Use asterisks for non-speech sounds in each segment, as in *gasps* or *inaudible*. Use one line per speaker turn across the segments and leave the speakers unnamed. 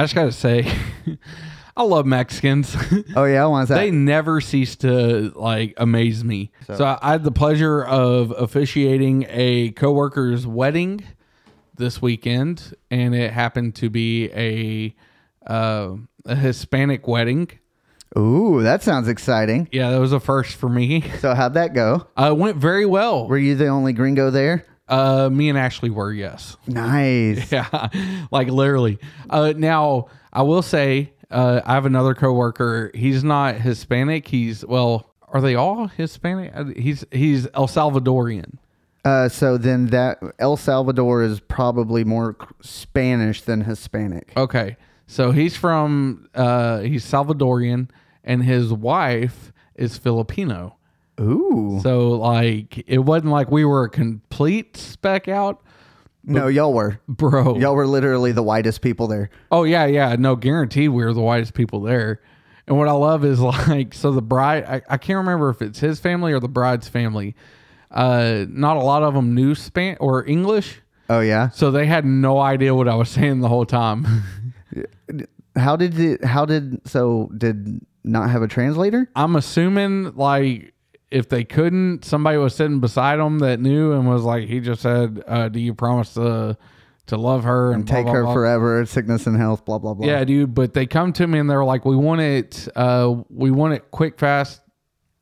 I just gotta say, *laughs* I love Mexicans. *laughs*
Oh yeah, I want that.
they never cease to like amaze me. So, I, I had the pleasure of officiating a coworker's wedding this weekend, and it happened to be a uh, a Hispanic wedding.
Ooh, that sounds exciting.
Yeah, that was a first for me.
So how'd that go?
Uh, it went very well.
Were you the only gringo there?
Uh, me and Ashley were yes.
Nice.
*laughs* Yeah, like literally. Uh, now I will say, uh, I have another coworker. He's not Hispanic. He's well, are they all Hispanic? Uh, He's he's El Salvadorian.
Uh, so then that El Salvador is probably more c- Spanish than Hispanic.
Okay, so he's from uh, he's Salvadorian, and his wife is Filipino.
Ooh.
So like, it wasn't like we were a complete spec out,
No, y'all were.
bro.
Y'all were literally the whitest people there.
Oh yeah, yeah. No guarantee we were the whitest people there. And what I love is *laughs* like so the bride I, I can't remember if it's his family or the bride's family. Uh not a lot of them knew span or English.
Oh yeah.
So they had no idea what I was *laughs* saying the whole time.
How did the, how did so did not have a translator?
I'm assuming like if they couldn't, somebody was sitting beside them that knew and was like, he just said, uh, "Do you promise to to love her and, blah,
Take
blah,
her
blah,
forever, sickness and health, blah blah blah.
Yeah, dude. But they come to me and they're like, "We want it. Uh, we want it quick, fast,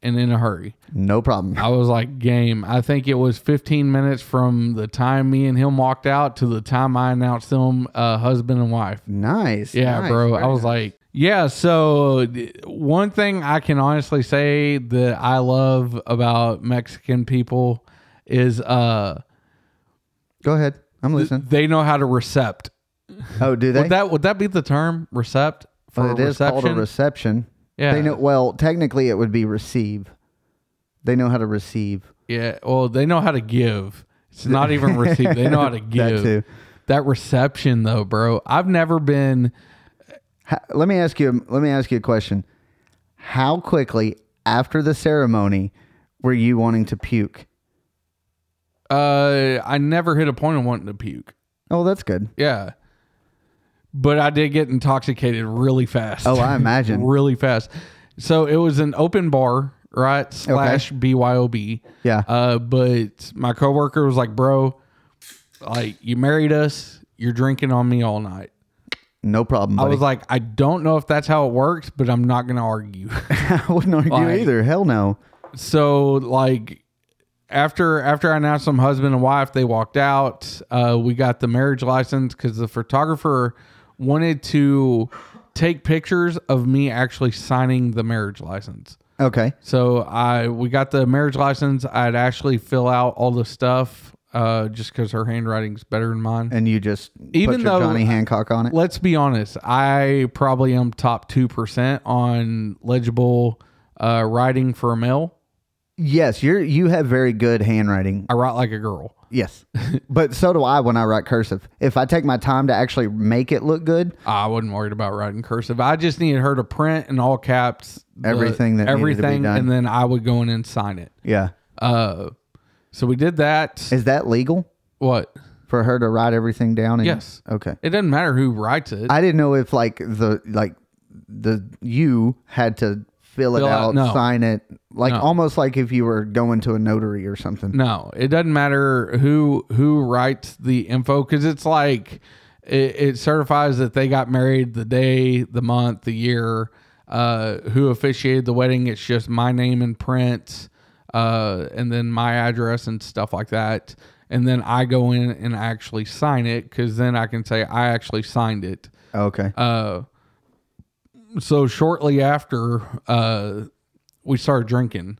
and in a hurry."
No problem.
I was like, "Game." I think it was 15 minutes from the time me and him walked out to the time I announced them uh, husband and wife.
Nice.
Yeah,
nice,
bro.
very
I was
nice.
like, "Yeah." So th- one thing I can honestly say that I love about Mexican people is uh,
Go ahead. I'm listening.
they know how to recept.
Oh, do they?
Would that would that be the term recept for
Well, it is
reception?
called a reception.
yeah.
They know well, technically it would be receive. They know how to receive.
Yeah. Well, they know how to give. It's not even receive. They know how to
*laughs*
give.
That
That,
too.
reception though, bro. I've never been
Ha- let me ask you let me ask you a question. How quickly after the ceremony were you wanting to puke?
uh I never hit a point of wanting to puke.
Oh, that's good.
Yeah. But I did get intoxicated really fast.
Oh, I imagine.
*laughs* really fast. So it was an open bar, right? Slash BYOB.
Yeah.
Uh, but my coworker was like, "Bro, like you married us. You're drinking on me all night."
No problem.
I
Buddy.
was like, "I don't know if that's how it works, but I'm not gonna argue."
*laughs*
*laughs*
I wouldn't argue
like-
either. Hell no.
so like after after I announced them husband and wife, they walked out. Uh, we got the marriage license because the photographer wanted to take pictures of me actually signing the marriage license.
Okay.
So I we got the marriage license. I'd actually fill out all the stuff uh, just because her handwriting's better than mine.
And you just put
Even
your
though- uh,
Johnny Hancock on it.
Let's be honest. I probably am top two percent on legible uh, writing for a male.
Yes, you're you have very good handwriting.
I write like a girl.
Yes.
*laughs*
but so do I when I write cursive. If I take my time to actually make it look good,
I wasn't worried about writing cursive. I just needed her to print in all caps the-
Everything that needed to be
everything,
done.
and then I would go in and sign it.
yeah.
Uh, so we did that.
Is that legal
what?
for her to write everything down? And,
Yes.
Okay.
It doesn't matter who writes it.
I didn't know if like the like the you had to fill it
Fill out-
out,
no.
sign it, like
No.
almost like if you were going to a notary or something.
no, it doesn't matter who who writes the info because it's like it, it certifies that they got married the day, the month, the year. Uh, who officiated the wedding? It's just my name in print, uh, and then my address and stuff like that. And then I go in and actually sign it because then I can say I actually signed it.
Okay.
Uh, so shortly after uh, we started drinking,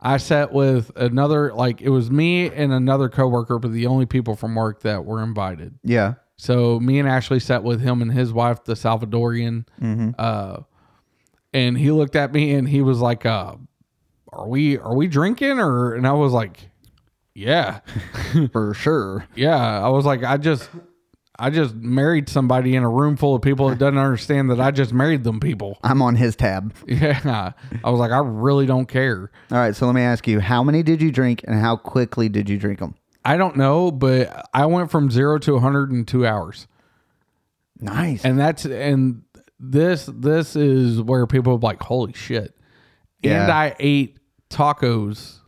I sat with another like it was me and another coworker, but the only people from work that were invited.
yeah.
*laughs* So me and Ashley sat with him and his wife, the Salvadorian, uh, and he looked at me and he was like, uh, "Are we are we drinking?" Or and I was like, "Yeah."
For sure.
Yeah, I was like, I just, I just married somebody in a room full of people that doesn't understand that I just married them people.
I'm on his tab.
*laughs* Yeah, I was like, I really don't care.
All right, so let me ask you, how many did you drink and how quickly did you drink them?
I don't know, but I went from zero to 102 hours.
Nice.
and that's and this this is where people are like holy shit and
Yeah.
i ate tacos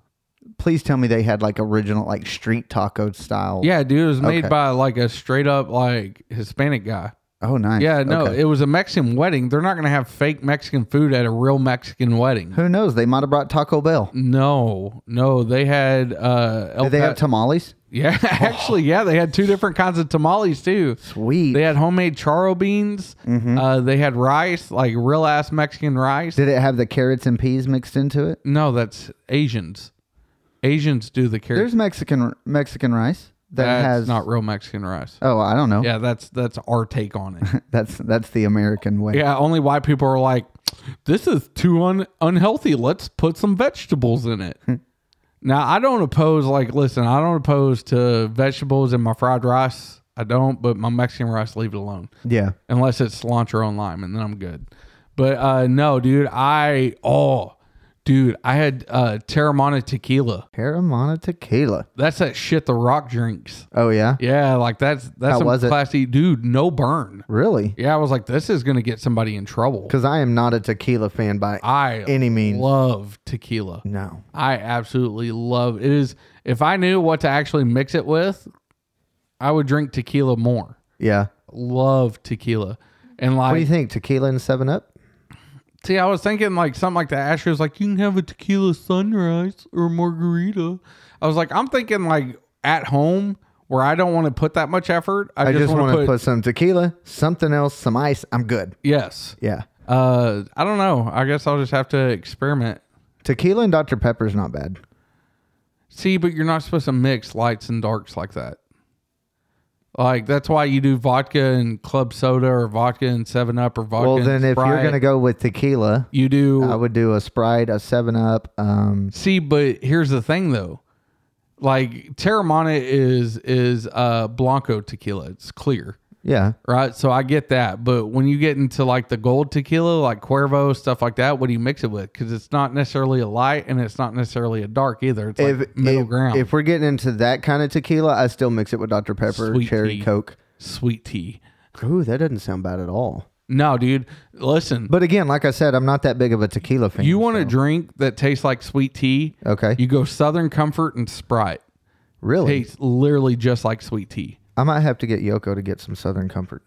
Please tell me they had like original like street taco style.
yeah dude it was made
Okay.
by like a straight up like hispanic guy
Oh, nice.
yeah no
Okay.
it was a mexican wedding they're not gonna have fake mexican food at a real mexican wedding
Who knows? They might have brought Taco Bell.
no no they had uh El
Did they have
Pa-
tamales?
*laughs* yeah actually yeah they had two different kinds of tamales too
Sweet.
they had homemade charro beans
Mm-hmm.
uh, they had rice like real ass mexican rice
Did it have the carrots and peas mixed into it?
No, that's Asians. Asians do the carrot.
There's Mexican Mexican rice that
that's
has
not real Mexican rice.
Oh, I don't know.
Yeah, that's that's our take on
*laughs*
it.
That's that's the American way.
yeah, only white people are like, this is too un- unhealthy. Let's put some vegetables in it.
Hmm.
now, I don't oppose like listen, I don't oppose to vegetables in my fried rice. I don't, but my Mexican rice, leave it alone.
Yeah.
unless it's cilantro and lime, and then I'm good. But uh, no, dude, I oh, dude, I had uh, Terramana tequila.
Caramana tequila.
That's that shit the rock drinks.
Oh yeah.
Yeah, like that's that's
How
some
was it?
classy dude, no burn.
Really?
Yeah, I was like, this is gonna get somebody in trouble.
Because I am not a tequila fan by
I
any means.
love tequila.
no.
I absolutely love it is if I knew what to actually mix it with, I would drink tequila more.
Yeah.
Love tequila. And
What do you
like
think? Tequila and Seven Up?
see, I was thinking like something like that. Asher was like, You can have a tequila sunrise or margarita. I was like, I'm thinking like at home where I don't want to put that much effort. I,
I just,
want to put
some tequila, something else, some ice. I'm good.
Yes.
Yeah.
Uh, I don't know. I guess I'll just have to experiment.
Tequila and Dr. Pepper's not bad.
See, but you're not supposed to mix lights and darks like that. Like that's why you do vodka and club soda or vodka and Seven Up or vodka.
Well,
and
then if you're
Sprite.
going to go with tequila,
you do.
I would do a Sprite, a Seven Up. Um,
See, but here's the thing though. Like Terramana is is uh Blanco tequila. It's clear.
yeah.
right? So I get that, but when you get into like the gold tequila, like Cuervo stuff like that, what do you mix it with? Because it's not necessarily a light and it's not necessarily a dark either. It's like middle
if,
ground,
If we're getting into that kind of tequila, I still mix it with Dr. Pepper,
Sweet
Cherry
tea.
Coke.
sweet tea.
Ooh, that doesn't sound bad at all.
No, dude, listen.
But again, like I said, I'm not that big of a tequila fan.
you want a drink that tastes like sweet tea?
Okay.
You go Southern Comfort and Sprite.
really?
Tastes literally just like sweet tea.
I might have to get Yoko to get some Southern Comfort.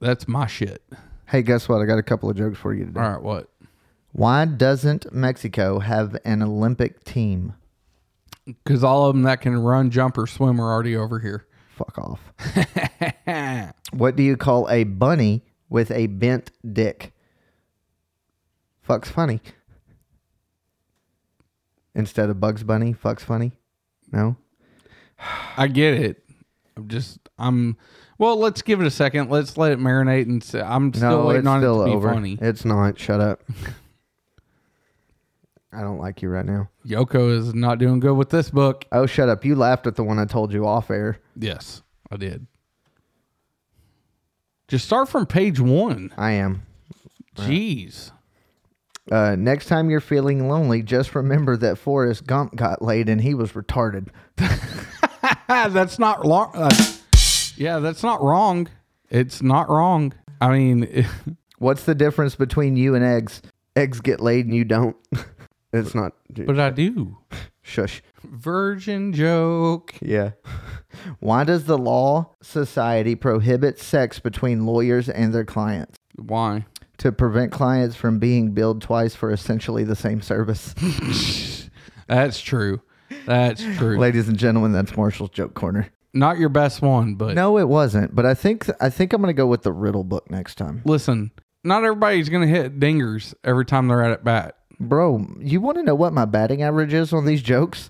That's my shit.
Hey, guess what? I got a couple of jokes for you today.
All right, what?
Why doesn't Mexico have an Olympic team?
Because all of them that can run, jump, or swim are already over here.
Fuck off. What do you call a bunny with a bent dick? Fuck's funny. Instead of Bugs Bunny, fuck's funny. No?
I get it. I'm just I'm well, let's give it a second. Let's let it marinate and say, I'm still
no,
waiting
it's
on
still
it to
over.
be funny.
It's not. Shut up. I don't like you right now.
Yoko is not doing good with this book.
Oh, shut up. You laughed at the one I told you off air.
Yes, I did. Just start from page one.
I am.
Jeez.
Uh, next time you're feeling lonely, just remember that Forrest Gump got laid and he was retarded.
Ah, that's not long. Uh, yeah, that's not wrong. It's not wrong. I mean, *laughs*
What's the difference between you and eggs? Eggs get laid and you don't. *laughs* it's not.
but I do.
Shush.
Virgin joke.
Yeah. *laughs* Why does the law society prohibit sex between lawyers and their clients?
Why?
To prevent clients from being billed twice for essentially the same service. *laughs*
*laughs* That's true. That's true.
Ladies and gentlemen, that's Marshall's joke corner.
not your best one, but
No, it wasn't, but I think I think I'm gonna go with the riddle book next time.
listen, not everybody's gonna hit dingers every time they're out at bat.
Bro, you wanna know what my batting average is on these jokes?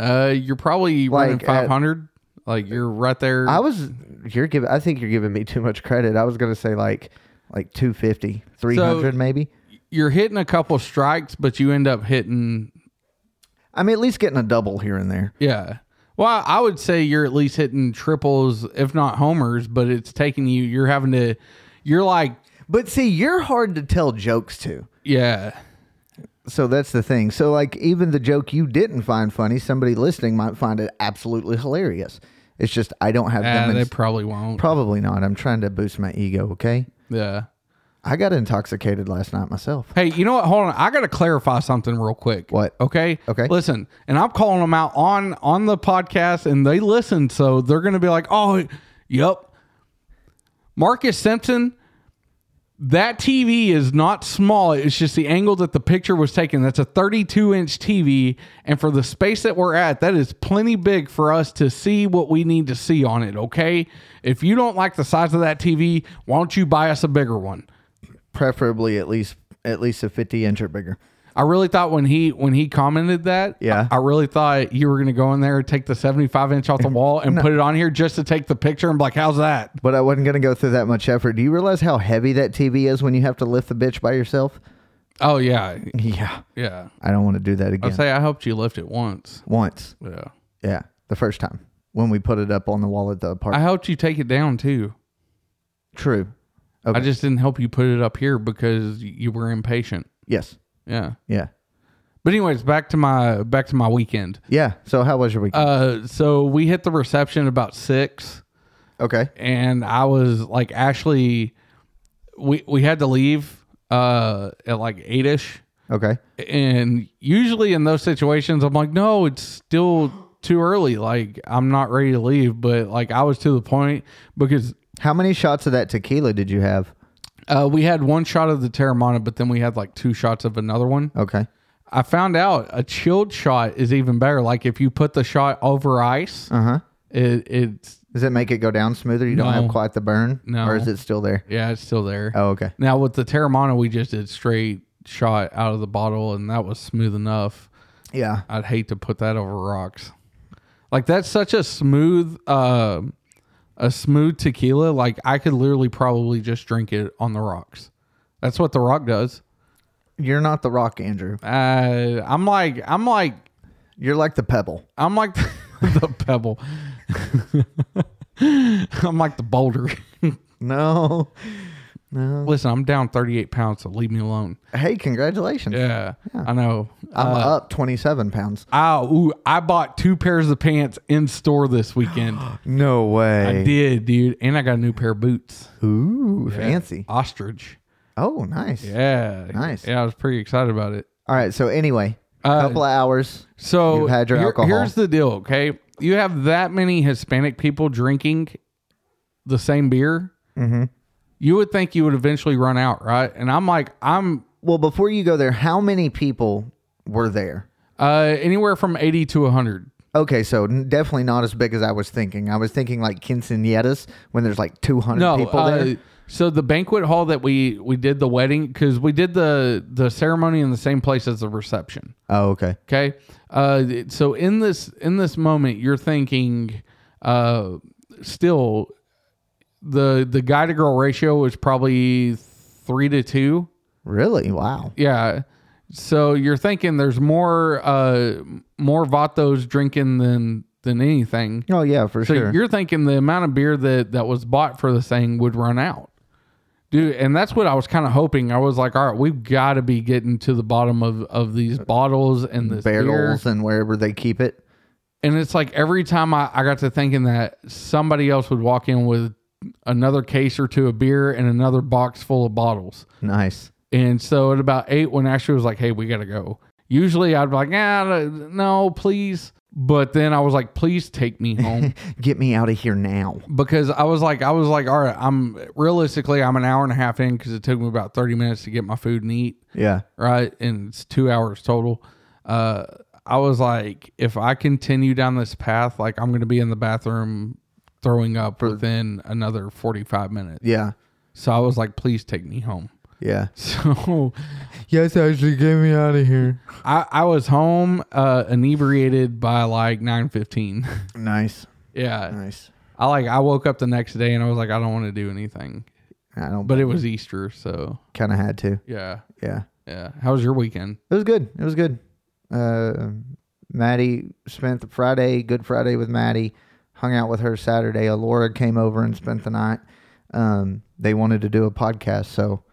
Uh, you're probably running
Like, at-
500. like you're right there.
I was you're giving I think you're giving me too much credit. I was going to say like like 250, 300 maybe.
you're hitting a couple strikes, but you end up hitting.
I mean at least getting a double here and there.
Yeah. Well, I would say you're at least hitting triples, if not homers. But it's taking you. You're having to. You're like,
But see, you're hard to tell jokes to.
yeah,
So that's the thing. So like even the joke you didn't find funny, somebody listening might find it absolutely hilarious. It's just I don't have
Yeah,
them.
Ah, they
in-
probably won't.
probably not. I'm trying to boost my ego. Okay.
yeah.
I got intoxicated last night myself.
Hey, you know what? Hold on. I got to clarify something real quick.
What?
Okay.
Okay.
Listen, and I'm calling them out on on the podcast, and they listen, so they're going to be like, "Oh, yep." Marcus Simpson, that TV is not small. It's just the angle that the picture was taken. That's a 32 inch TV, and for the space that we're at, that is plenty big for us to see what we need to see on it. Okay. If you don't like the size of that TV, why don't you buy us a bigger one?
Preferably at least at least a 50 inch or bigger.
I really thought when he when he commented that,
Yeah.
I, I really thought you were gonna go in there, take the seventy five inch off the wall, and put it on here just to take the picture. and be like, how's that?
But I wasn't gonna go through that much effort. Do you realize how heavy that TV is when you have to lift the bitch by yourself?
Oh yeah,
Yeah.
yeah.
I don't want to do that
I
again.
say I helped you lift it once.
Once.
Yeah,
Yeah. The first time when we put it up on the wall at the
I
apartment.
helped you take it down too.
True.
I
Okay.
just didn't help you put it up here because you were impatient.
Yes.
Yeah.
Yeah.
But anyways, back to my back to my weekend.
Yeah. So how was your weekend?
Uh, so we hit the reception about six.
okay.
and I was like actually we we had to leave uh at like eight ish.
Okay.
And usually in those situations I'm like, no, it's still too early. Like I'm not ready to leave. But like I was to the point because
How many shots of that tequila did you have?
uh, we had one shot of the Terramana, but then we had like two shots of another one.
Okay.
I found out a chilled shot is even better. Like if you put the shot over ice,
Uh huh.
it it's
Does it make it go down smoother? You don't
No.
have quite the burn?
No.
Or is it still there?
yeah, it's still there.
Oh, okay.
Now with the Terramana, we just did straight shot out of the bottle, and that was smooth enough.
Yeah.
I'd hate to put that over rocks. Like that's such a smooth, uh, a smooth tequila. Like I could literally probably just drink it on the rocks. That's what the rock does.
You're not the rock, Andrew.
Uh, I'm like, I'm like,
You're like the pebble. *laughs*
I'm like *laughs* the pebble. *laughs* I'm like the boulder. *laughs*
No. No.
Listen, I'm down 38 pounds, so leave me alone.
Hey, congratulations.
Yeah, I know. Uh,
I'm up 27 pounds.
I ooh, I bought two pairs of pants in store this *gasps* weekend.
No
I
way.
did, dude, and I got a new pair of boots.
Ooh, fancy.
Ostrich.
Oh, nice.
Yeah.
Nice.
Yeah, I was pretty excited about it.
All right. So, anyway, a
Uh,
couple of hours.
So
You've had your alcohol.
here's the deal, okay? You have that many Hispanic people drinking the same beer.
Mm-hmm.
You would think you would eventually run out, right? And I'm like, I'm
Well, before you go there, how many people were there?
uh, anywhere from 80 to 100.
Okay, so n- definitely not as big as I was thinking. I was thinking like quinceañeras when there's like 200 people
uh,
there.
So the banquet hall that we we did the wedding because we did the the ceremony in the same place as the reception.
Oh, okay.
Okay, uh, th- so in this in this moment, you're thinking, uh, still, the the guy to girl ratio is probably three to two.
Really? Wow.
Yeah. So you're thinking there's more uh more vatos drinking than than anything.
Oh, yeah, for
So
sure.
you're thinking the amount of beer that that was bought for this thing would run out. Dude, and that's what I was kind of hoping. I was like, all right, we've got to be getting to the bottom of of these bottles and this beer.
Barrels and wherever they keep it.
And it's like every time I, I got to thinking that somebody else would walk in with another case or two of beer and another box full of bottles.
Nice.
And so at about eight, when Ashley was like, hey, we got to go. Usually I'd be like, ah, no, please. But then I was like, please take me home.
*laughs* Get me out of here now.
because I was like, I was like, all right, I'm realistically, I'm an hour and a half in because it took me about 30 minutes to get my food and eat,
Yeah.
right? And it's two hours total. Uh, I was like, if I continue down this path, like I'm going to be in the bathroom throwing up within another 45 minutes.
Yeah.
So I was like, please take me home. *laughs*
Yeah.
So
Yes, Ashley, get me out of here.
*laughs* I, I was home uh, inebriated by like 9.15.
Nice.
*laughs* yeah.
Nice.
I like, I woke up the next day and I was like, I don't want to do anything.
I don't, but
But it was Easter, so
kind of had to.
yeah,
Yeah.
yeah. How was your weekend?
It was good. It was good. Uh, Maddie spent the Friday, Good Friday with Maddie. Hung out with her Saturday. Alora came over and spent the night. Um, they wanted to do a podcast, so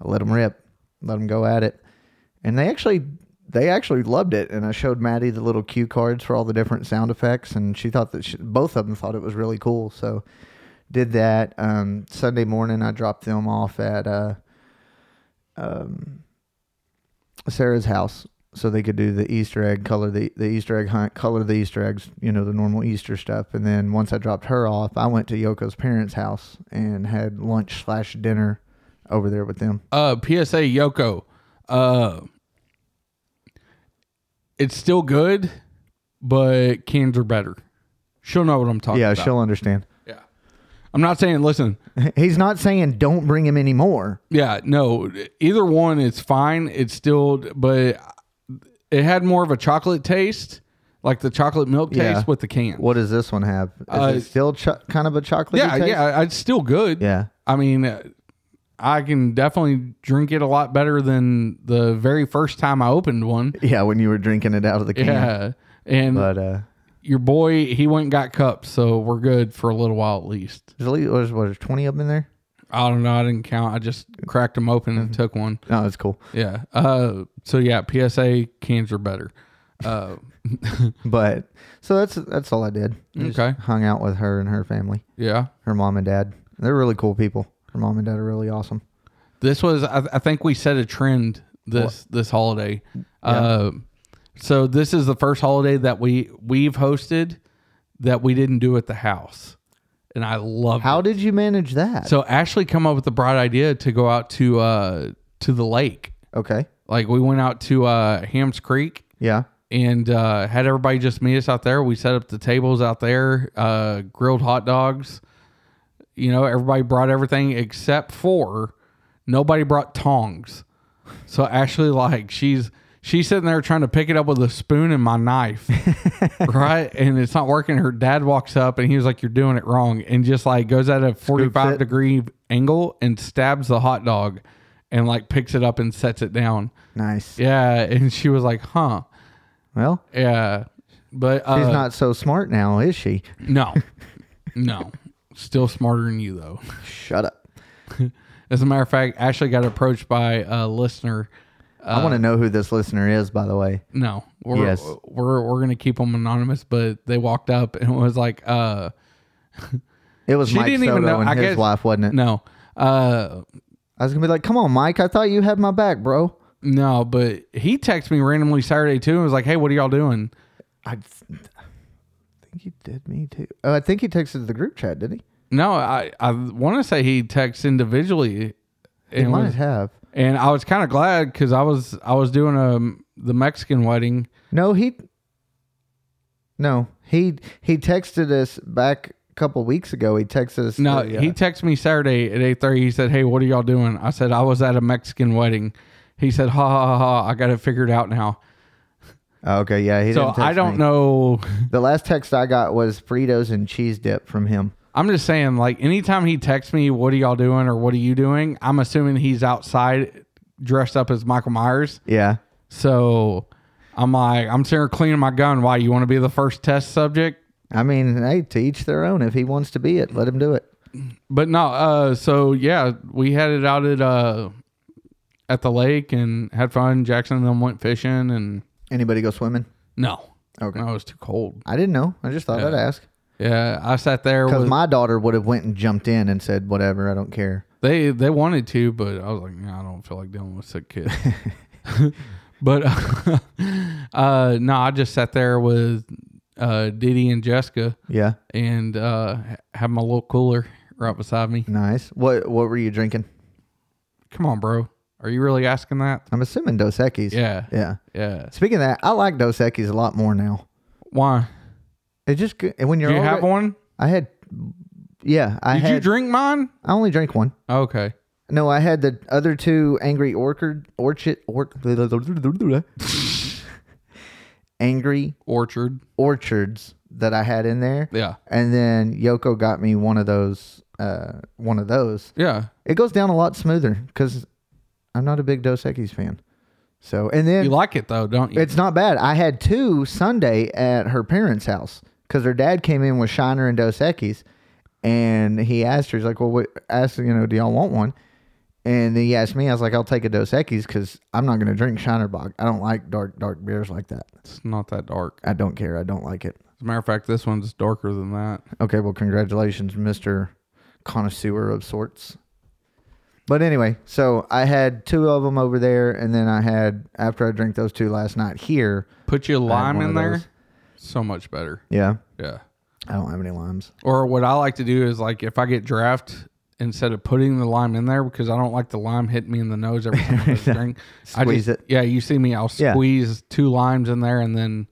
I let them rip, let them go at it, and they actually they actually loved it. And I showed Maddie the little cue cards for all the different sound effects, and she thought that she, both of them thought it was really cool. So did that um, Sunday morning. I dropped them off at uh, um, Sarah's house so they could do the Easter egg color the, the Easter egg hunt, color the Easter eggs, you know, the normal Easter stuff. And then once I dropped her off, I went to Yoko's parents' house and had lunch slash dinner over there with them.
Uh, PSA Yoko. Uh, it's still good, but cans are better. She'll know what I'm talking
yeah,
about.
she'll understand. *laughs*
Yeah. I'm not saying, listen,
He's not saying don't bring him anymore.
yeah, no, either one is fine. It's still, but it had more of a chocolate taste, like the chocolate milk taste
Yeah.
with the can.
What does this one have? Is
Uh,
it still cho- kind of a chocolate?
yeah, yeah, it's still good.
yeah.
I mean, uh, I can definitely drink it a lot better than the very first time I opened one.
Yeah, when you were drinking it out of the can.
Yeah. And
But uh,
your boy, he went and got cups, so we're good for a little while at least.
there's at least there's, what, there's 20 of them in there?
I don't know. I didn't count. I just cracked them open and took one.
No, Oh, that's cool.
Yeah. Uh. So yeah, PSA cans are better. Uh.
But so that's that's all I did. I just
Okay.
hung out with her and her family,
yeah.
her mom and dad. They're really cool people. Her mom and dad are really awesome.
This was. I, I think we set a trend this this holiday. Uh, so this is the first holiday that we we've hosted that we didn't do at the house, and I love
How did you manage that?
So Ashley come up with the bright idea to go out to uh to the lake.
okay.
Like we went out to uh Hams Creek
Yeah.
and uh, had everybody just meet us out there. We set up the tables out there, uh, grilled hot dogs. You know, everybody brought everything except for nobody brought tongs. So Ashley, like, she's she's sitting there trying to pick it up with a spoon and my knife, right? And it's not working. Her dad walks up and he was like, "You're doing it wrong," and just like goes at a 45
it.
degree angle and stabs the hot dog, and like picks it up and sets it down.
Nice.
Yeah, and she was like, "Huh."
Well,
Yeah. But uh,
she's not so smart now, is she?
no, no, still smarter than you though.
Shut up.
As a matter of fact, Ashley got approached by a listener.
I
uh,
want to know who this listener is, by the way.
No, we're
Yes.
we're we're gonna keep them anonymous, but they walked up and was like, uh,
It was
She
Mike
didn't
Soto
even know-
and
I
his
guess-
wife, wasn't it?
no, uh,
I was gonna be like, "Come on, Mike! I thought you had my back, bro."
no, but he texted me randomly Saturday too and was like, hey, what are y'all doing?
I th- think he did me too. Oh, I think he texted the group chat, did he?
No, I I want to say he texted individually.
He
and was-
might have.
and I was kind of glad because I was I was doing um the Mexican wedding
No, he. No, he he texted us back a couple weeks ago. He texted us.
No,
the, uh,
he texted me Saturday at eight thirty. He said, "Hey, what are y'all doing?" I said, "I was at a Mexican wedding." He said, "Ha ha ha! ha I got it figured out now."
oh, okay, yeah, he.
So
didn't text
I don't
me.
know. *laughs*
The last text I got was Fritos and cheese dip from him.
I'm just saying, like anytime he texts me, "What are y'all doing?" or "What are you doing?" I'm assuming he's outside dressed up as Michael Myers.
Yeah,
So I'm like, I'm sitting here cleaning my gun. Why you want to be the first test subject?
I mean, hey, to each their own. If he wants to be it, let him do it.
But no, uh, so yeah, we had it out at uh at the lake and had fun. Jackson and them went fishing and.
Anybody go swimming?
No.
Okay.
No, it was too cold.
I didn't know. I just thought I'd ask
Yeah, I sat there
because
with
my daughter would have went and jumped in and said, "Whatever, I don't care."
they they wanted to, but I was like, nah, I don't feel like dealing with
*laughs*
sick kids. but *laughs* uh, no, I just sat there with uh, Diddy and Jessica
Yeah,
and uh, ha- had my little cooler right beside me.
nice. What What were you drinking?
Come on, bro. Are you really asking that?
I'm assuming Dos Equis.
Yeah.
Yeah.
Yeah.
Speaking of that, I like Dos Equis a lot more now.
Why?
It just g- and when you're
Do you have
already-
one?
I had, yeah, I
Did
had.
you drink mine?
I only drank one.
Okay.
No, I had the other two Angry Orchard Orchid or, Angry
Orchard.
Orchards that I had in there,
Yeah.
and then Yoko got me one of those. Uh, one of those.
Yeah.
It goes down a lot smoother because I'm not a big Dos Equis fan. So and then
You like it though, don't you?
It's not bad. I had two Sunday at her parents' house because her dad came in with Shiner and Dos Equis, and he asked her, he's like, "Well, what, asked you know, do y'all want one?" And he asked me, I was like, I'll take a Dos Equis because I'm not going to drink Shinerbach. I don't like dark, dark beers like that.
It's not that dark.
I don't care. I don't like it.
As a matter of fact, this one's darker than that.
Okay, well, congratulations, Mr. Connoisseur of sorts. But anyway, so I had two of them over there, and then I had, after I drank those two last night here,
Put you a
I had
lime
one
in
of
there.
those.
So much better.
Yeah.
Yeah.
I don't have any limes.
Or what I like to do is like if I get draft, instead of putting the lime in there because I don't like the lime hitting me in the nose every time
*laughs*
I drink.
Squeeze
I just,
it.
Yeah, you see me. I'll
Yeah.
squeeze two limes in there and then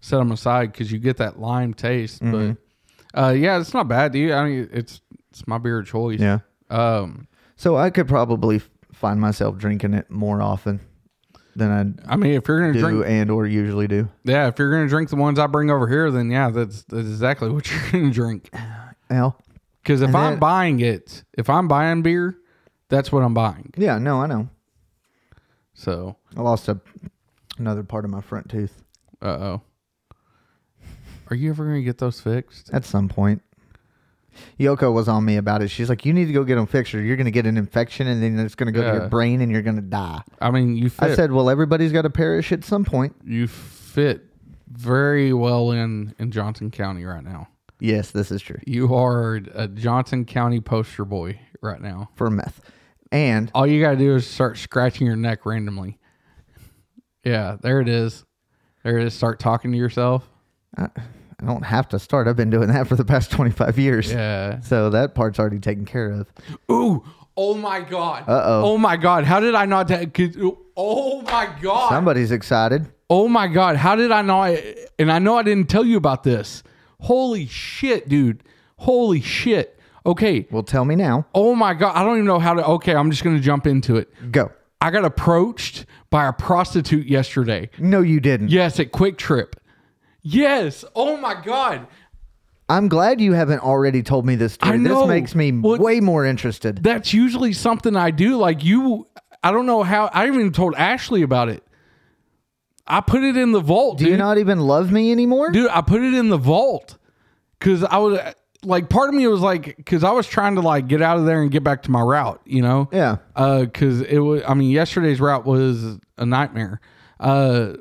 set them aside because you get that lime taste.
Mm-hmm.
But uh, yeah, it's not bad, dude. I mean, it's it's my beer of choice.
Yeah.
Um,
So I could probably f- find myself drinking it more often than I
I mean, if you're gonna
do
drink,
and or usually do.
yeah, if you're gonna drink the ones I bring over here, then yeah, that's that's exactly what *laughs* you're gonna drink.
Al?
Because if
And
I'm
then-
buying it, if I'm buying beer, that's what I'm buying.
Yeah, no, I know.
So,
I lost a another part of my front tooth
uh oh. Are you ever gonna get those fixed?
at some point. Yoko was on me about it. She's like, "You need to go get them fixed, or you're going to get an infection, and then it's going to go to
Yeah.
your brain, and you're going to die."
I mean, you fit.
I said, "Well, everybody's got to perish at some point."
you fit very well in in Johnson County right now.
Yes, this is true
You are a Johnson County poster boy right now.
for meth, and
All you gotta do is start scratching your neck randomly. Yeah, there it is. There it is. Start talking to yourself.
I, I don't have to start. I've been doing that for the past 25 years,
Yeah.
so that part's already taken care of.
Ooh. Oh my god.
Uh-oh.
Oh my god. How did I not? ta- could- oh my god.
Somebody's excited.
Oh my God, how did I know? I, and I know I didn't tell you about this. Holy shit, dude. Holy shit. Okay.
Well, tell me now.
Oh my God, I don't even know how to. Okay, I'm just going to jump into it.
Go.
I got approached by a prostitute yesterday.
No, you didn't.
Yes, at Quick Trip. Yes. Oh my God.
I'm glad you haven't already told me this story.
I know.
This makes me
Well-
way more interested.
That's usually something I do. Like you, I don't know how. I even told Ashley about it. I put it in the vault,
Do
dude.
you not even love me anymore?
dude i put it in the vault because i was like part of me was like because i was trying to like get out of there and get back to my route you know
Yeah.
uh because it was i mean yesterday's route was a nightmare uh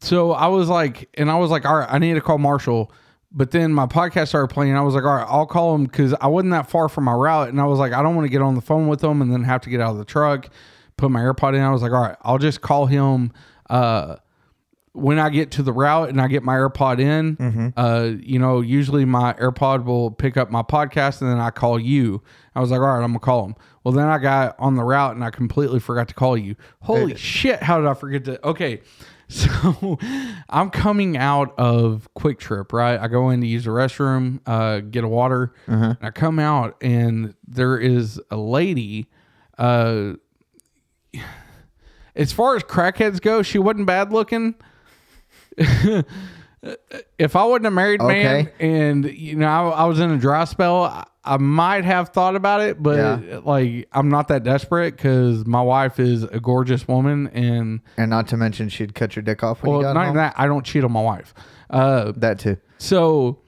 so i was like and i was like all right i need to call marshall but then my podcast started playing and i was like all right i'll call him because i wasn't that far from my route and i was like i don't want to get on the phone with him and then have to get out of the truck put my airpod in i was like all right i'll just call him uh when I get to the route and I get my AirPod in, uh, you know, usually my AirPod will pick up my podcast and then I call you. I was like, all right, I'm gonna call him. Well, then I got on the route and I completely forgot to call you. Holy shit! How did I forget to? Okay, *laughs* so I'm coming out of Quick Trip, right? I go in to use the restroom, uh, get a water, and I come out and there is a lady. Uh, *sighs* as far as crackheads go, she wasn't bad looking. if I wasn't a married man
Okay.
and you know I, I was in a dry spell, I, I might have thought about it, but
Yeah.
like I'm not that desperate because my wife is a gorgeous woman, and
And not to mention she'd cut your dick off when
well,
you got
not even
home.
that I don't cheat on my wife. Uh,
That too.
so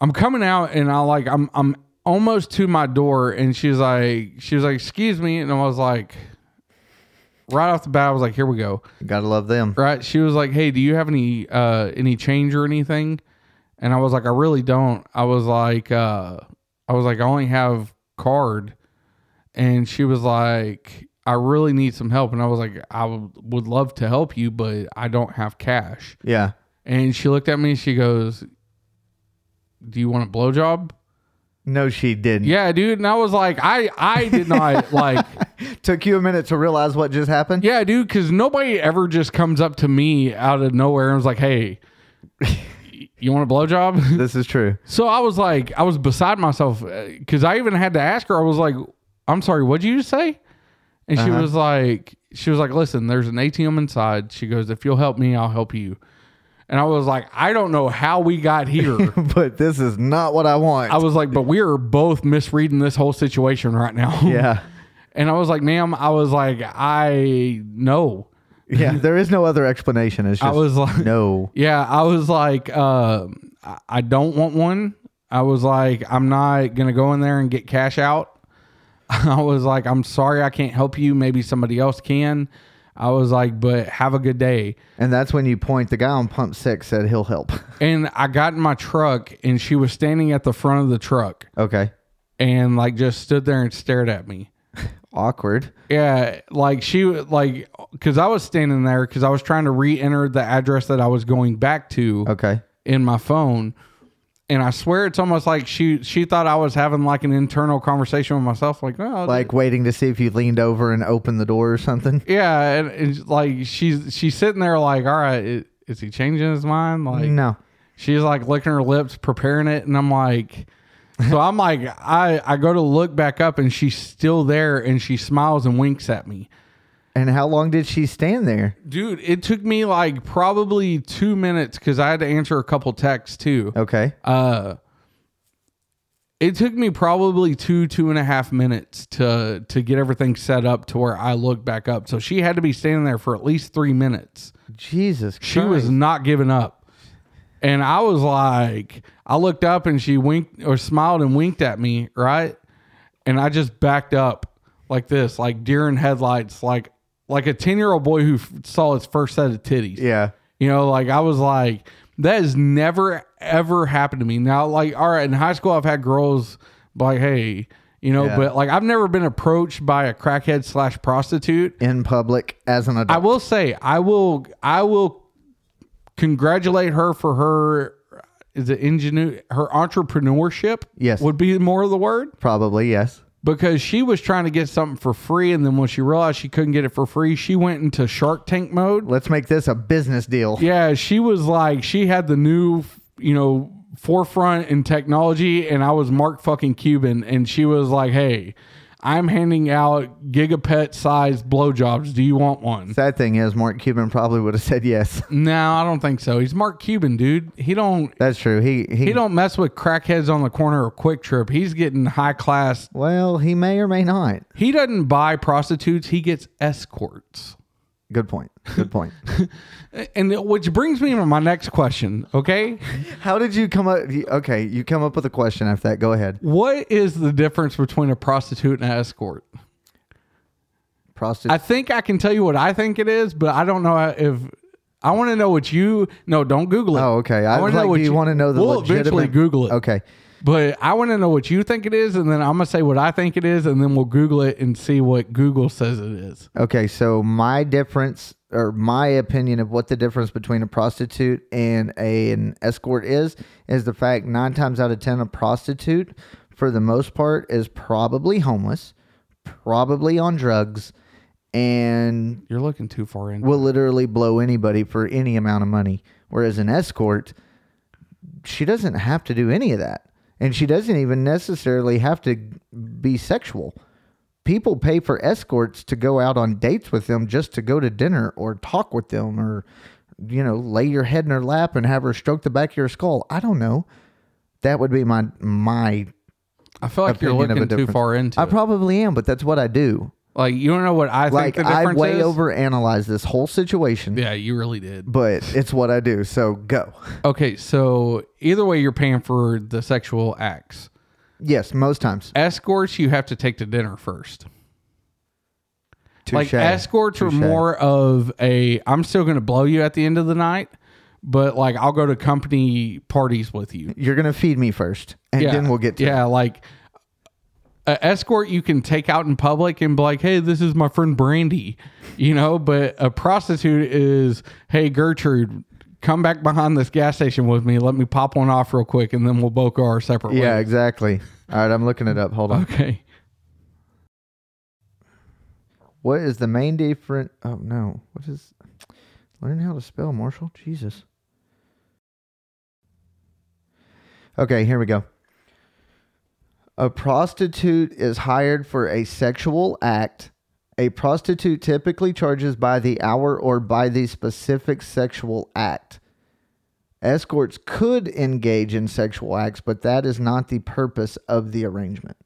I'm coming out and I like I'm I'm almost to my door and she's like she was like excuse me and I was like right off the bat I was like here we go
Gotta love them.
right she was like hey do you have any uh any change or anything and i was like i really don't i was like uh i was like i only have card and she was like i really need some help and i was like I w- would love to help you but i don't have cash
Yeah.
and she looked at me and she goes do you want a blowjob?
No, she didn't.
Yeah, dude. And I was like, I, I did not like,
Took you a minute to realize what just happened.
yeah, dude. Cause nobody ever just comes up to me out of nowhere and was like, Hey, you want a blowjob? *laughs*
This is true. *laughs*
So I was like, I was beside myself because I even had to ask her. I was like, "I'm sorry, what'd you just say?" And she was like, "She was like, listen, there's an ATM inside." She goes, "If you'll help me, I'll help you." And I was like, "I don't know how we
*laughs*
got here."
But this is not what I want.
I was like, "But we are both misreading this whole situation right now."
yeah.
*laughs* And I was like, "Ma'am," I was like, "I know."
Yeah. There is no other explanation. It's
I
just
was like,
no.
Yeah, I was like, uh, I- I don't want one. I was like, I'm not gonna go in there and get cash out. *laughs* I was like, I'm sorry I can't help you. Maybe somebody else can. I was like, but have a good day.
And that's when you point. The guy on pump six said he'll help. *laughs*
And I got in my truck and she was standing at the front of the truck
okay.
and like just stood there and stared at me.
Awkward.
Yeah, like she like cuz I was standing there cuz I was trying to re-enter the address that I was going back to
Okay.
in my phone. And I swear it's almost like she she thought I was having like an internal conversation with myself like, "Oh,
Like waiting to see if you leaned over and opened the door or something.
yeah, and, and like she's she's sitting there like, "All right, i- is he changing his mind?" Like
No.
she's like licking her lips, preparing it, and I'm like, so I'm like, I I go to look back up, and she's still there, and she smiles and winks at me.
And how long did she stand there?
Dude, it took me like probably two minutes because I had to answer a couple texts too.
Okay.
Uh, it took me probably two two and a half minutes to to get everything set up to where I looked back up. So she had to be standing there for at least three minutes.
Jesus.
She was
Christ.
not giving up. And I was like, I looked up and she winked or smiled and winked at me, right? And I just backed up like this, like deer in headlights, like like a 10-year-old boy who f- saw his first set of titties.
Yeah.
You know, like I was like, that has never ever happened to me. Now, like, all right, in high school, I've had girls like, hey, you know,
Yeah.
but like I've never been approached by a crackhead slash prostitute.
In public as an
I
adult.
will say, I will, I will congratulate her for her. Is it ingenuity? Her entrepreneurship,
Yes.
would be more of the word
Probably, yes.
because she was trying to get something for free, and then when she realized she couldn't get it for free, she went into Shark Tank mode.
Let's make this a business deal.
Yeah, she was like, she had the new, you know, forefront in technology, and I was Mark fucking Cuban, and she was like, hey. I'm handing out gigapet sized blowjobs. Do you want one?
Sad thing is, Mark Cuban probably would have said yes. *laughs*
No, I don't think so. He's Mark Cuban, dude. He don't
That's true. He he.
he don't mess with crackheads on the corner of Quick Trip. He's getting high class.
well, he may or may not.
He doesn't buy prostitutes. He gets escorts.
Good point. Good
*laughs*
point.
And which brings me to my next question. Okay,
How did you come up? you- Okay, you come up with a question after that. Go ahead.
what is the difference between a prostitute and an escort?
Prostitute.
I think I can tell you what I think it is, but I don't know if I want to know what you. No, don't Google it.
oh, okay. I
wanna
was like, do you, want to know the
We'll
legitimate?
eventually Google it.
Okay.
But I want to know what you think it is, and then I'm gonna say what I think it is, and then we'll Google it and see what Google says it is.
Okay. So my difference, or my opinion of what the difference between a prostitute and a, an escort is, is the fact nine times out of ten, a prostitute, for the most part, is probably homeless, probably on drugs, and
You're looking too far in.
will literally blow anybody for any amount of money. Whereas an escort, she doesn't have to do any of that. And she doesn't even necessarily have to be sexual. People pay for escorts to go out on dates with them just to go to dinner or talk with them or, you know, lay your head in her lap and have her stroke the back of your skull. I don't know. That would be my my
I feel like you're
opinion of a
looking too
difference.
far into.
I
it.
probably am, but that's what I do.
like you don't know what I
Like
think the
I
difference
way
is.
overanalyze this whole situation,
yeah, you really did.
but it's what I do. So go.
Okay, so either way, you're paying for the sexual acts.
Yes, most times.
Escorts, you have to take to dinner first.
Touche.
Like escorts
Touche.
are more of a I'm still gonna blow you at the end of the night, but like I'll go to company parties with you.
You're gonna feed me first, and then we'll get to.
yeah like an escort you can take out in public and be like hey this is my friend brandy you know but a prostitute is hey gertrude come back behind this gas station with me let me pop one off real quick and then we'll both go our separate
It. Yeah,
ways
exactly. All right, I'm looking it up. Hold on.
okay
What is the main difference? Oh no, what is? Learn how to spell, Marshall. Jesus. Okay, here we go. A prostitute is hired for a sexual act. A prostitute typically charges by the hour or by the specific sexual act. Escorts could engage in sexual acts, but that is not the purpose of the arrangement.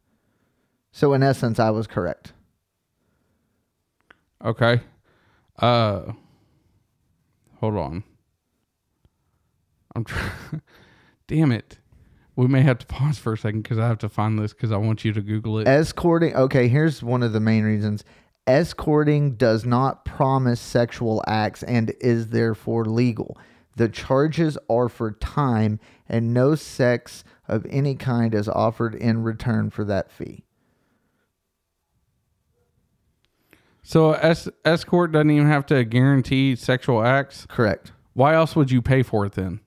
So, in essence, I was correct.
okay uh hold on i'm trying *laughs* damn it We may have to pause for a second because I have to find this because I want you to Google it.
Escorting. Okay, here's one of the main reasons. Escorting does not promise sexual acts and is therefore legal. The charges are for time, and no sex of any kind is offered in return for that fee.
So es- escort doesn't even have to guarantee sexual acts.
Correct.
Why else would you pay for it then?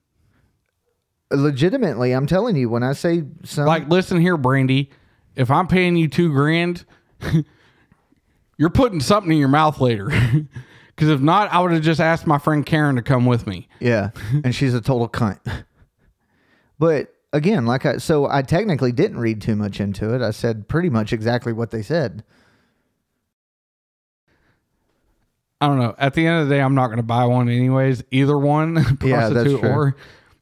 Legitimately, I'm telling you, when I say some,
Like, listen here, Brandy. If I'm paying you two grand, *laughs* you're putting something in your mouth later. *laughs* Because if not, I would have just asked my friend Karen to come with me. *laughs*
yeah, and she's a total cunt. But again, like I, so I technically didn't read too much into it. I said pretty much exactly what they said.
I don't know. At the end of the day, I'm not going to buy one anyways, either one, *laughs* prostitute
Yeah, that's true.
or.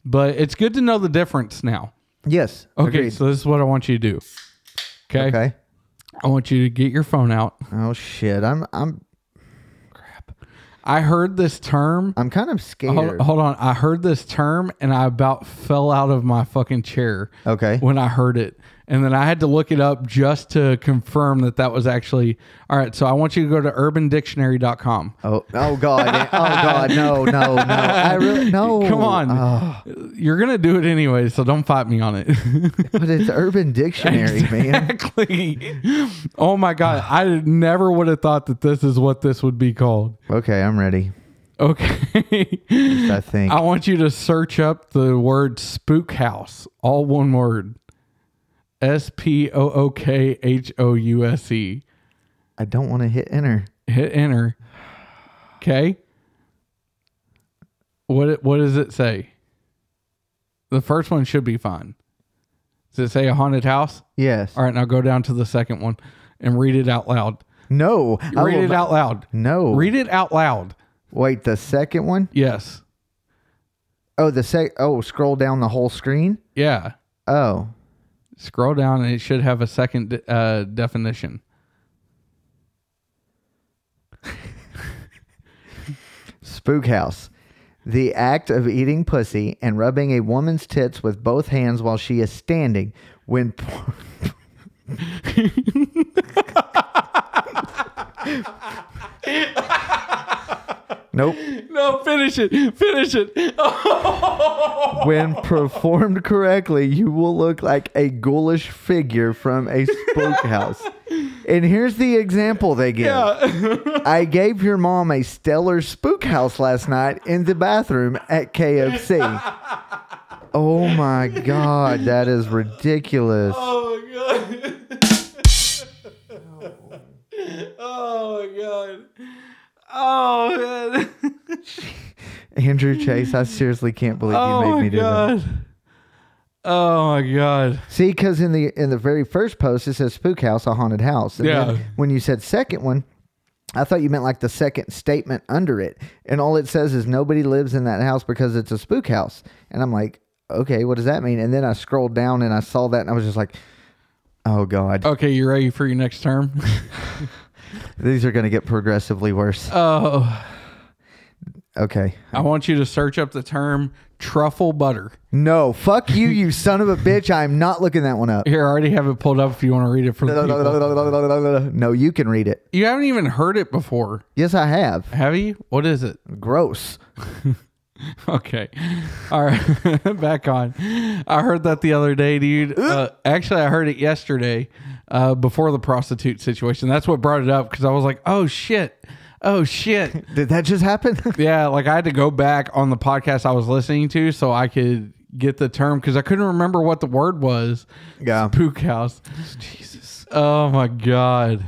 But it's good to know the difference now.
Yes.
Okay,
agreed.
so this is what I want you to do. Okay?
Okay.
I want you to get your phone out.
Oh shit. I'm I'm
I heard this term.
I'm kind of scared.
Hold, hold on. I heard this term and I about fell out of my fucking chair
Okay.
when I heard it. And then I had to look it up just to confirm that that was actually. All right, so I want you to go to urbandictionary.com.
Oh oh god. Oh god. No, no, no. I really no.
Come on.
Oh,
You're going to do it anyway, so don't fight me on it. *laughs*
but it's urban dictionary, man.
exactly. Oh my god, I never would have thought that this is what this would be called.
Okay, I'm ready.
Okay. *laughs*
I think.
I want you to search up the word spook house, all one word. S P O O K H O U S E.
I don't want to hit enter.
Hit enter. Okay. What it- what does it say? The first one should be fine. Does it say a haunted house?
Yes.
All right, now go down to the second one and read it out loud.
No. I
read
will
it
not-
out loud.
No.
Read it out loud.
Wait, the second one?
Yes.
Oh, the sec oh, scroll down the whole screen?
Yeah.
Oh.
Scroll down and it should have a second uh, definition.
Spook house. The act of eating pussy and rubbing a woman's tits with both hands while she is standing when *laughs* por- Nope.
No, finish it. Finish it.
When performed correctly, you will look like a ghoulish figure from a spook house. And here's the example they give. I gave your mom a stellar spook house last night in the bathroom at KFC. Oh my god, that is ridiculous.
Oh my god. oh my god. Oh man.
Andrew Chase, I seriously can't believe you
Oh
made me
my
do that.
god. Oh my god.
See, because in the in the very first post it says spook house, a haunted house. And then
Yeah.
when you said second one, I thought you meant like the second statement under it, and all it says is nobody lives in that house because it's a spook house. And I'm like, okay, what does that mean? And then I scrolled down and I saw that, and I was just like, oh god,
Okay, you ready for your next term?
these are gonna get progressively worse.
*laughs* oh,
Okay,
I want you to search up the term truffle butter.
no, fuck you, you son of a bitch. I'm not looking that one up. *laughs*
Here, I already have it pulled up if you want to read it for the people.
No, you can read it.
You haven't even heard it before,
Yes, I have.
have you? What is it?
Gross.
*laughs* Okay. All right. *laughs* Back on. I heard that the other day, dude. Uh, actually, I heard it yesterday uh, before the prostitute situation. That's what brought it up because I was like, oh, shit. Oh, *laughs* shit.
Did that just happen? *laughs*
yeah. Like I had to go back on the podcast I was listening to so I could get the term because I couldn't remember what the word was.
yeah.
Spook house. Jesus. Oh, my God.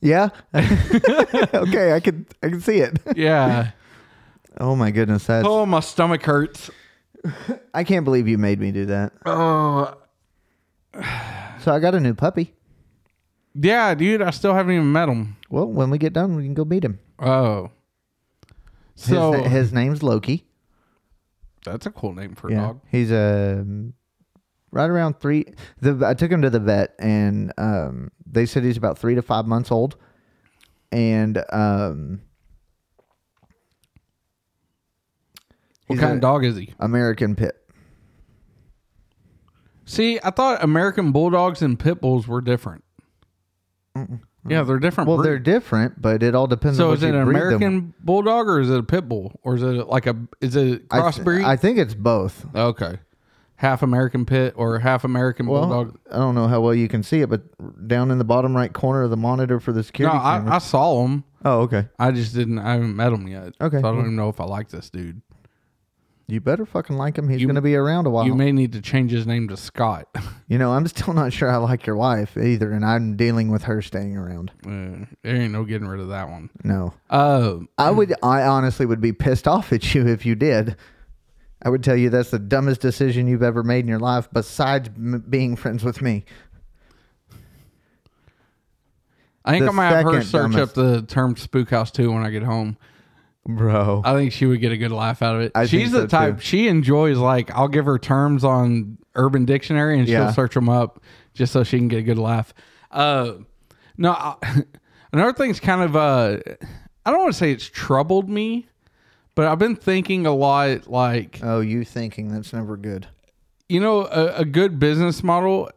Yeah. *laughs* okay, I can I can see it. *laughs*
*laughs* Yeah.
Oh my goodness, that's
oh, my stomach hurts.
I can't believe you made me do that.
Oh,
So I got a new puppy.
yeah, dude. I still haven't even met him.
Well, when we get done, we can go meet him.
Oh.
His,
So
his name's Loki.
that's a cool name for a
Yeah,
dog.
he's a right around three. The I took him to the vet, and um, they said he's about three to five months old, and um,
What
he's
kind
a
of dog is he?
American Pit.
See, I thought American Bulldogs and Pit Bulls were different. Yeah, they're different.
Well,
breed.
they're different, but it all depends on
so
what
is it
you
an
breed them
American Bulldog or is it a Pit Bull or is it like a is it
I th-
crossbreed?
I think it's both.
okay, half American Pit or half American
Well,
Bulldog.
I don't know how well you can see it, but down in the bottom right corner of the monitor for the
No,
security camera.
I, I saw them.
oh, okay.
I just didn't. I haven't met him yet.
Okay,
so I don't
cool.
even know if I like this dude.
You better fucking like him. He's
You-
going to be around a while.
You
You,
may need to change his name to Scott. *laughs*
know, I'm still not sure I like your wife either, and I'm dealing with her staying around.
Uh, there ain't no getting rid of that one.
No,
Uh,
I would. I honestly would be pissed off at you if you did. I would tell you that's the dumbest decision you've ever made in your life, besides m- being friends with me.
I think
The
I'm gonna have her
second
search
dumbest-
up the term "spook house" too when I get home.
Bro,
I think she would get a good laugh out of it.
I think
She's the
so,
type
too.
she enjoys. Like I'll give her terms on Urban Dictionary, and
Yeah.
she'll search them up just so she can get a good laugh. Uh, no, I, *laughs* another thing's kind of uh, I don't want to say it's troubled me, but I've been thinking a lot. Like
oh, you thinking that's never good.
you know, a, a good business model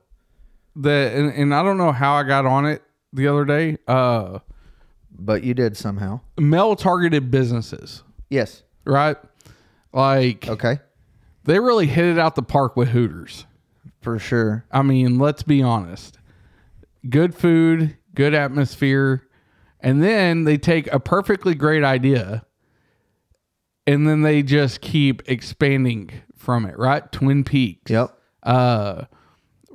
that, and, and I don't know how I got on it the other day. Uh,
But you did somehow.
male targeted businesses,
Yes.
right? Like
Okay.
they really hit it out the park with Hooters.
For sure.
I mean, let's be honest. Good food, good atmosphere, and then they take a perfectly great idea and then they just keep expanding from it, right? Twin Peaks.
Yep.
Uh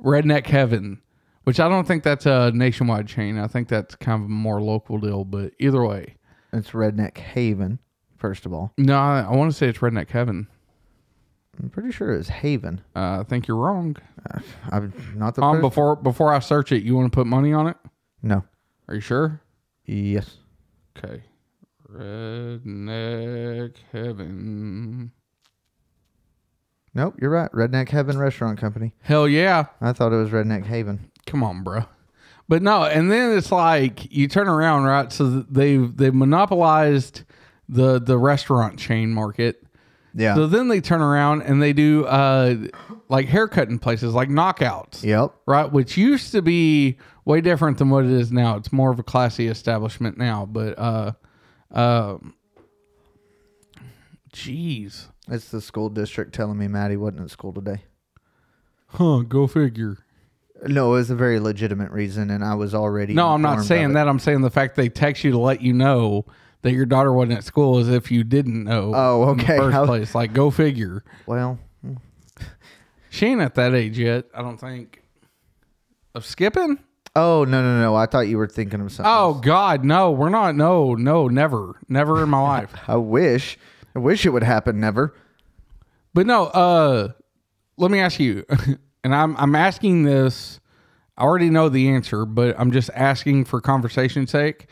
Redneck Heaven, which I don't think that's a nationwide chain. I think that's kind of a more local deal, but either way.
It's Redneck Haven, first of all.
No, I, I want to say it's Redneck Heaven.
I'm pretty sure it's Haven. Uh,
Uh, I think you're wrong.
I'm not the
Um,
first.
before before I search it, you want to put money on it?
no.
Are you sure?
Yes.
Okay. Redneck Heaven.
Nope, you're right. Redneck Heaven Restaurant Company.
Hell yeah.
I thought it was Redneck Haven.
Come on, bro. But no, and then it's like you turn around, right? So th- they've they've monopolized the the restaurant chain market.
Yeah.
So then they turn around and they do uh like haircutting places like knockouts.
yep.
Right, which used to be way different than what it is now. It's more of a classy establishment now, but uh um jeez.
It's the school district telling me Maddie wasn't at school today.
Huh, go figure.
No, it was a very legitimate reason, and I was already.
No, I'm not
informed
saying
of it.
that. I'm saying the fact they text you to let you know that your daughter wasn't at school is if you didn't know.
Oh,
in the
okay.
first
I-
place, like go figure.
Well,
She ain't at that age yet. I don't think. Of skipping?
oh no, no, no! I thought you were thinking of something.
Oh God, no, we're not. No, no, never, never in my life.
I wish, I wish it would happen. Never.
But no, uh let me ask you. *laughs* and I'm I'm asking this I already know the answer, but I'm just asking for conversation's sake.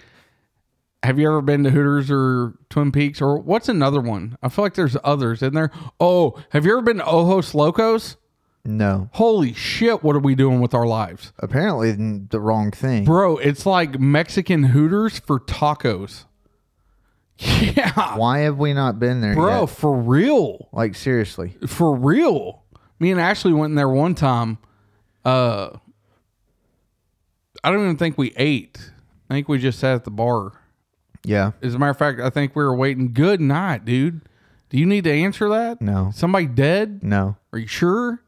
Have you ever been to Hooters or Twin Peaks or what's another one? I feel like there's others in there. Oh, have you ever been to Ojos Locos?
No.
Holy shit, what are we doing with our lives?
Apparently, n- the wrong thing.
Bro, it's like Mexican Hooters for tacos. *laughs* Yeah.
Why have we not been there
Bro,
yet?
for real.
Like seriously.
for real. Me and Ashley went in there one time. Uh, I don't even think we ate. I think we just sat at the bar.
Yeah.
As a matter of fact, I think we were waiting. Good night, dude. Do you need to answer that?
No.
Somebody dead?
No.
Are you sure?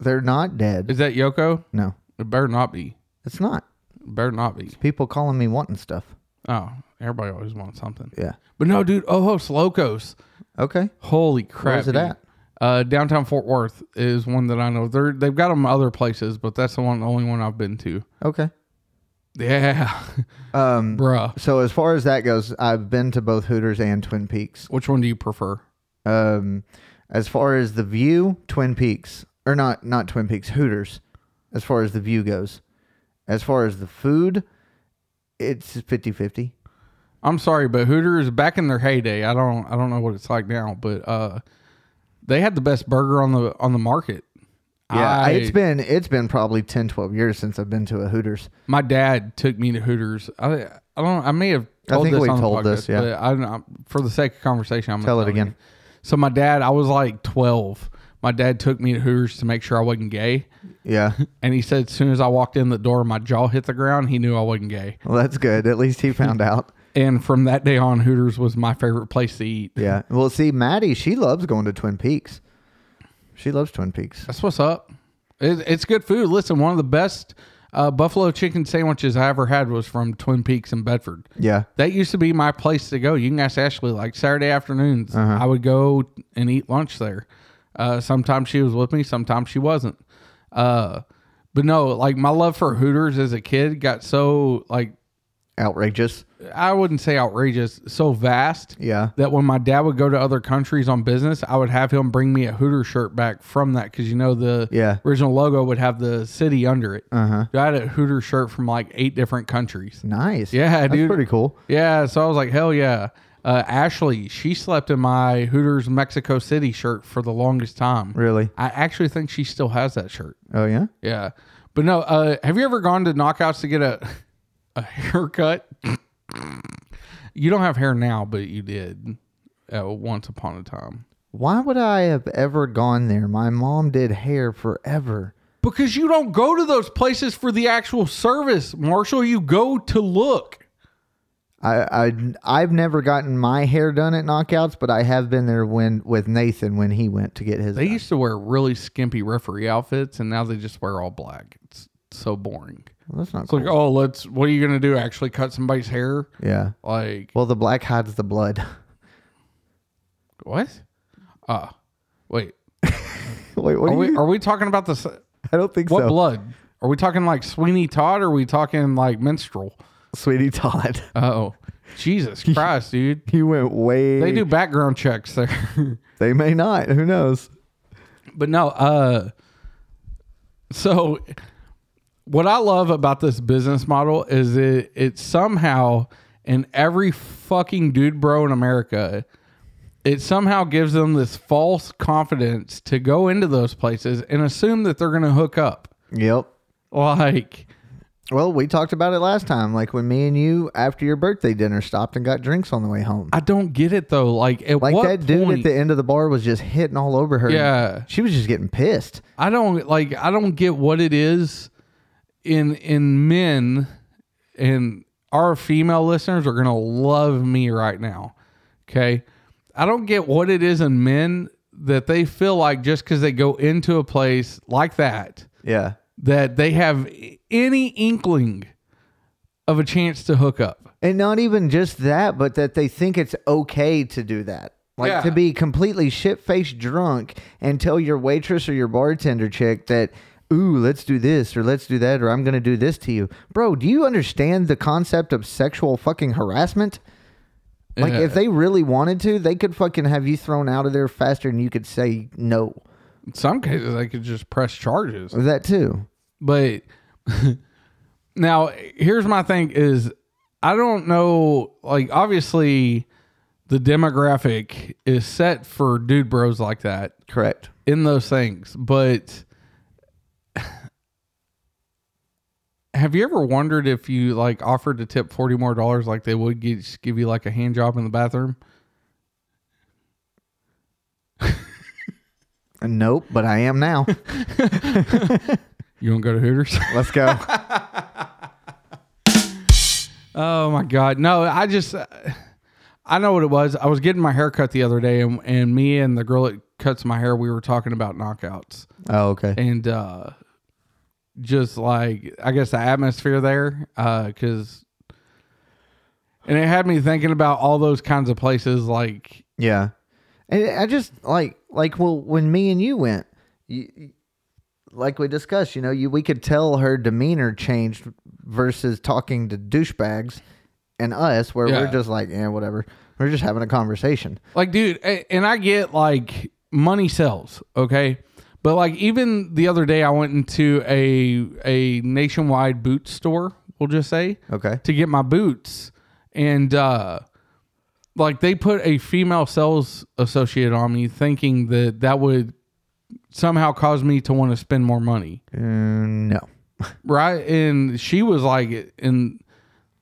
They're not dead.
Is that Yoko?
No.
It better not be.
It's not.
It better not be.
People calling me wanting stuff.
Oh, everybody always wants something.
Yeah.
But no, dude. Ojos Locos.
Okay.
Holy crap!
Where's it
dude.
at?
Uh, downtown Fort Worth is one that I know. They're they've got them other places, but that's the one, the only one I've been to.
Okay.
Yeah, *laughs*
Um
bruh.
so as far as that goes, I've been to both Hooters and Twin Peaks.
Which one do you prefer?
Um as far as the view, Twin Peaks or not not Twin Peaks, Hooters as far as the view goes. As far as the food, it's 50-50.
I'm sorry, but Hooters back in their heyday. I don't I don't know what it's like now, but uh, they had the best burger on the on the market.
Yeah,
I-
it's been it's been probably 10 12 years since I've been to a Hooters.
my dad took me to Hooters. I I don't I may have
I
told
think
this
we
on the
told
podcast,
this, yeah.
but I, I for the sake of conversation, I'm gonna
Tell it again.
So my dad, I was like 12. my dad took me to Hooters to make sure I wasn't gay.
Yeah.
And he said, as soon as I walked in the door, my jaw hit the ground. He knew I wasn't gay.
Well, that's good. At least he *laughs* found out.
And from that day on, Hooters was my favorite place to eat.
Yeah. *laughs* Well, see, Maddie, she loves going to Twin Peaks. She loves Twin Peaks.
That's what's up. It, it's good food. Listen, one of the best uh, buffalo chicken sandwiches I ever had was from Twin Peaks in Bedford.
Yeah.
That used to be my place to go. You can ask Ashley. Like Saturday afternoons, I would go and eat lunch there. Uh, sometimes she was with me, sometimes she wasn't. Uh, but no, like my love for Hooters as a kid got so like
Outrageous.
I wouldn't say outrageous, so vast
Yeah.
that when my dad would go to other countries on business, I would have him bring me a Hooter shirt back from that because you know the
Yeah.
original logo would have the city under it.
Uh huh.
I had a Hooter shirt from like eight different countries.
Nice.
Yeah,
That's
dude.
pretty cool.
Yeah, so I was like, hell yeah. Uh, Ashley, she slept in my Hooters Mexico City shirt for the longest time.
Really.
I actually think she still has that shirt.
Oh yeah.
Yeah, but no. Uh, have you ever gone to Knockouts to get a a haircut? you don't have hair now, but you did uh, once upon a time
Why would I have ever gone there? My mom did hair forever.
because you don't go to those places for the actual service, Marshall. You go to look.
I, I I've never gotten my hair done at Knockouts, but I have been there when with Nathan when he went to get his.
They
done.
used to wear really skimpy referee outfits, and now they just wear all black. It's so boring.
Well, that's not
It's like,
cool.
oh, let's. What are you gonna do? Actually, cut somebody's hair?
yeah.
Like
Well, the black hides the blood. *laughs*
what? Uh wait.
Wait, what
Are
do
we
you?
are we talking about the? s-
*laughs* I don't think
What
so.
blood? Are we talking like Sweeney Todd or are we talking like minstrel?
Sweetie Todd, *laughs*
Oh, Jesus *laughs* Christ, dude.
you went way.
They do background checks there. *laughs*
They may not. Who knows?
but no, uh, so what I love about this business model is it, it somehow, in every fucking dude bro in America, it somehow gives them this false confidence to go into those places and assume that they're going to hook up.
Yep.
Like,
Well, we talked about it last time, like when me and you after your birthday dinner stopped and got drinks on the way home.
I don't get it though. Like, at
like
what
that dude
point,
at the end of the bar was just hitting all over her.
Yeah.
She was just getting pissed.
I don't like I don't get what it is in in men and our female listeners are going to love me right now. Okay? I don't get what it is in men that they feel like just cuz they go into a place like that
Yeah.
that they have any inkling of a chance to hook up.
And not even just that, but that they think it's okay to do that. Like
Yeah.
to be completely shit faced drunk and tell your waitress or your bartender chick that, ooh, let's do this or let's do that or I'm going to do this to you. Bro, do you understand the concept of sexual fucking harassment? Like
Yeah.
if they really wanted to, they could fucking have you thrown out of there faster than you could say no.
In some cases they could just press charges.
That too.
But *laughs* now here's my thing is I don't know like obviously the demographic is set for dude bros like that
Correct.
in those things, but *sighs* have you ever wondered if you like offered to tip 40 more dollars like they would gi- just give you like a hand job in the bathroom?
Nope, but I am
*laughs*
now.
You want to go to Hooters? *laughs*
Let's go.
Oh my god. No, I just uh, I know what it was. I was getting my hair cut the other day and and me and the girl that cuts my hair, we were talking about knockouts
Oh, okay.
and uh just like I guess the atmosphere there uh cuz and it had me thinking about all those kinds of places like
Yeah. And I just like like well when me and you went, you, like we discussed, you know, you we could tell her demeanor changed versus talking to douchebags and us where
Yeah.
we're just like, yeah, whatever. We're just having a conversation.
Like, dude, a- and I get like money sells, okay? But like even the other day I went into a a nationwide boot store, we'll just say,
Okay.
to get my boots. And uh like they put a female sales associate on me thinking that that would somehow cause me to want to spend more money
Mm, no.
right and she was like and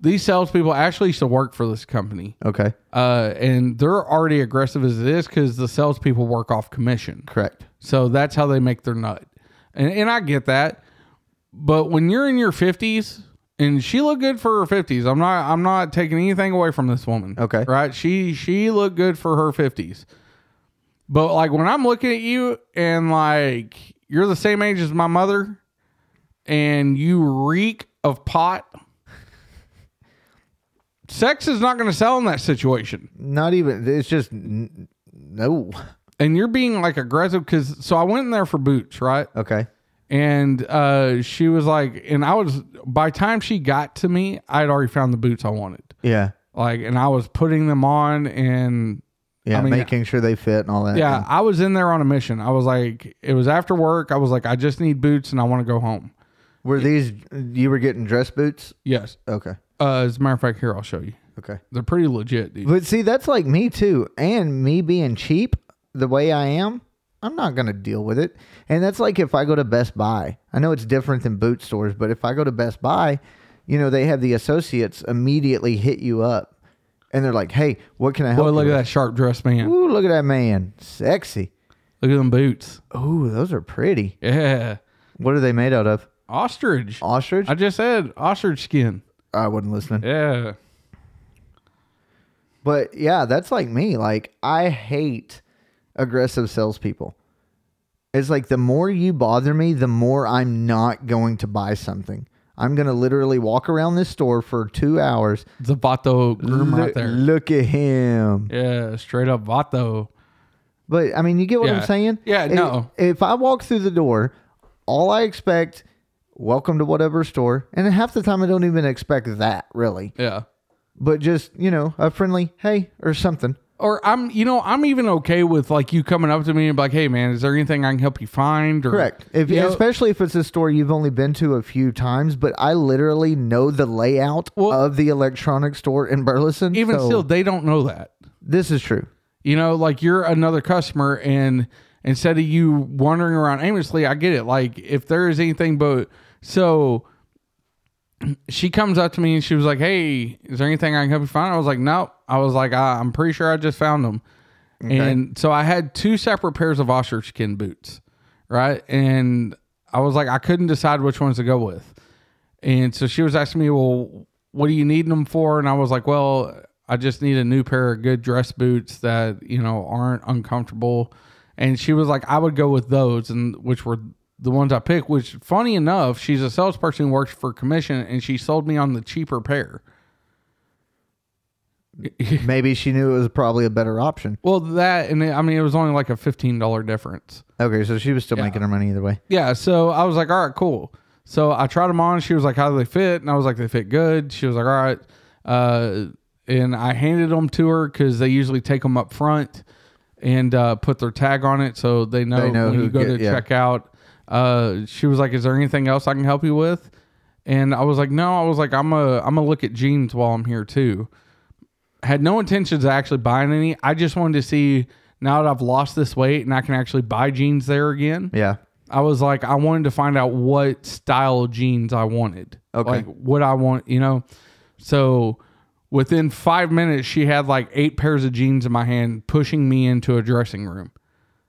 These salespeople actually used to work for this company,
Okay.
uh, and they're already aggressive as it is because the salespeople work off commission.
Correct.
So that's how they make their nut. And, and I get that. But when you're in your 50s, and she looked good for her 50s. I'm not I'm not taking anything away from this woman.
Okay.
Right? She she looked good for her 50s. But like when I'm looking at you and like you're the same age as my mother and you reek of pot, sex is not going to sell in that situation
Not even. It's just n- no.
and you're being like aggressive because so i went in there for boots right
Okay.
and uh she was like and i was by the time she got to me i'd already found the boots i wanted
Yeah.
like and i was putting them on and
Yeah.
I mean,
making sure they fit and all that.
yeah i was in there on a mission i was like it was after work i was like i just need boots and i want to go home
Were these? You were getting dress boots?
yes
Okay.
uh as a matter of fact here i'll show you
Okay.
they're pretty legit dude
But see, that's like me too. And me being cheap the way I am, I'm not going to deal with it. And that's like if I go to Best Buy. I know it's different than boot stores, but if I go to Best Buy, you know, they have the associates immediately hit you up and they're like, hey, what can I help
boy look
you
at
with?
that sharp dressed man
Ooh, look at that man. Sexy.
look at them boots
Ooh, those are pretty.
yeah
What are they made out of?
ostrich
Ostrich?
i
I,
just said ostrich skin
wasn't listening.
yeah
But yeah, that's like me. Like I hate aggressive salespeople. It's like the more you bother me, the more I'm not going to buy something. I'm gonna literally walk around this store for two hours.
it's a vato groom
Loo-
right there
Look at him.
Yeah, straight up Vato.
But I mean, you get what
Yeah.
I'm saying?
Yeah,
If-
no.
If I walk through the door, all I expect, welcome to whatever store, and half the time I don't even expect that really.
Yeah.
But just you know, a friendly hey or something.
Or I'm, you know, I'm even okay with like you coming up to me and be like, "Hey, man, is there anything I can help you find?" Or,
Correct. If,
you know,
especially if it's a store you've only been to a few times, but I literally know the layout
Well-
of the electronics store in Burleson.
even
so
still, they don't know that.
this is true.
You know, like you're another customer, and instead of you wandering around aimlessly, I get it. Like if there is anything, but so she comes up to me and she was like, "Hey, is there anything I can help you find?" I was like, "Nope." I was like, I, "I'm pretty sure I just found them." And so I had two separate pairs of ostrich skin boots, right? And I was like, I couldn't decide which ones to go with. And so she was asking me, well, what are you needing them for? And I was like, well, I just need a new pair of good dress boots that, you know, aren't uncomfortable. And she was like, I would go with those, and which were the ones I picked, which funny enough, she's a salesperson who works for commission and she sold me on the cheaper pair. *laughs*
Maybe she knew it was probably a better option.
Well, that, and it, I mean, it was only like a $15 difference.
Okay, so she was still making her money either way.
Yeah, so I was like, all right, cool. So I tried them on. She was like, how do they fit? And I was like, they fit good. She was like, all right. Uh, and I handed them to her because they usually take them up front and uh, put their tag on it so they know,
They know
when
who
you go
get-
to
yeah.
check out. Uh, she was like, is there anything else I can help you with? And I was like, no. I was like, I'm a I'm gonna look at jeans while I'm here too. Had no intentions of actually buying any. I just wanted to see now that I've lost this weight and I can actually buy jeans there again.
Yeah.
I was like, I wanted to find out what style of jeans I wanted.
Okay.
Like what I want, you know? So within five minutes, she had like eight pairs of jeans in my hand, pushing me into a dressing room.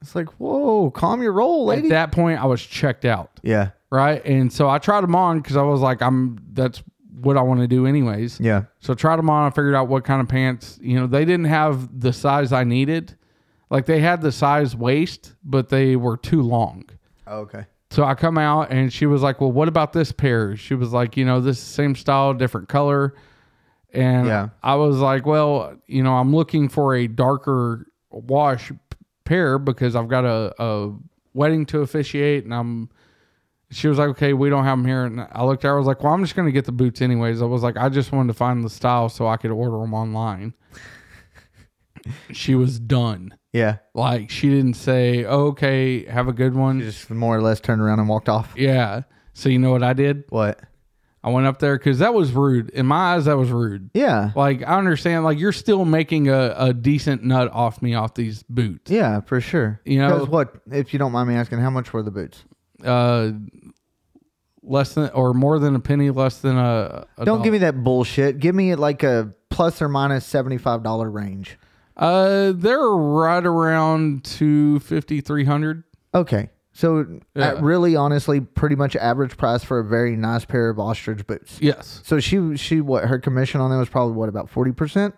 It's like, whoa, calm your roll,
At
lady.
that point, I was checked out.
yeah.
Right. And so I tried them on because I was like, I'm, that's what I want to do anyways.
Yeah.
So I tried them on. I figured out what kind of pants, you know, they didn't have the size I needed. Like they had the size waist, but they were too long.
Oh, Okay.
So I come out and she was like, Well, what about this pair? She was like, You know, this same style, different color. And
Yeah.
I was like, Well, you know, I'm looking for a darker wash p- pair because I've got a, a wedding to officiate. And I'm, she was like, Okay, we don't have them here. And I looked at her, I was like, Well, I'm just going to get the boots anyways. I was like, I just wanted to find the style so I could order
*laughs*
them online. she was done.
Yeah.
Like, she didn't say, "Oh, Okay, have a good one.
She just more or less turned around and walked off.
Yeah. So you know what I did?
What?
I went up there because that was rude. In my eyes, that was rude.
Yeah.
Like I understand, like you're still making a, a decent nut off me off these boots.
Yeah, for sure.
You know-
'Cause what? If you don't mind me asking, how much were the boots?
Uh, less than or more than a penny less than a, a
Don't give
dollar.
me that bullshit. Give me like a plus or minus seventy-five dollar range.
uh they're right around 250 300
Okay. So
Yeah.
at really honestly pretty much average price for a very nice pair of ostrich boots.
yes
So she she what her commission on them was probably what about 40%?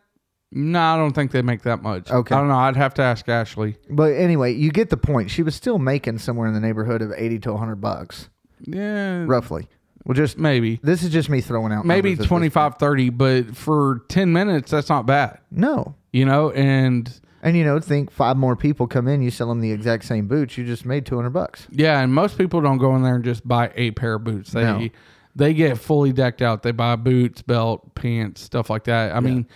no i don't think they make that much
Okay.
i don't know i'd have to ask ashley
But anyway, you get the point. She was still making somewhere in the neighborhood of 80 to 100 bucks
yeah
roughly. Well just
maybe
this is just me throwing out
maybe
numbers at this
25 30 but for 10 minutes that's not bad
point. No.
you know and
And you know, think five more people come in, you sell them the exact same boots, you just made 200 bucks.
yeah and most people don't go in there and just buy a pair of boots they
No.
they get fully decked out they buy boots belt pants stuff like that i mean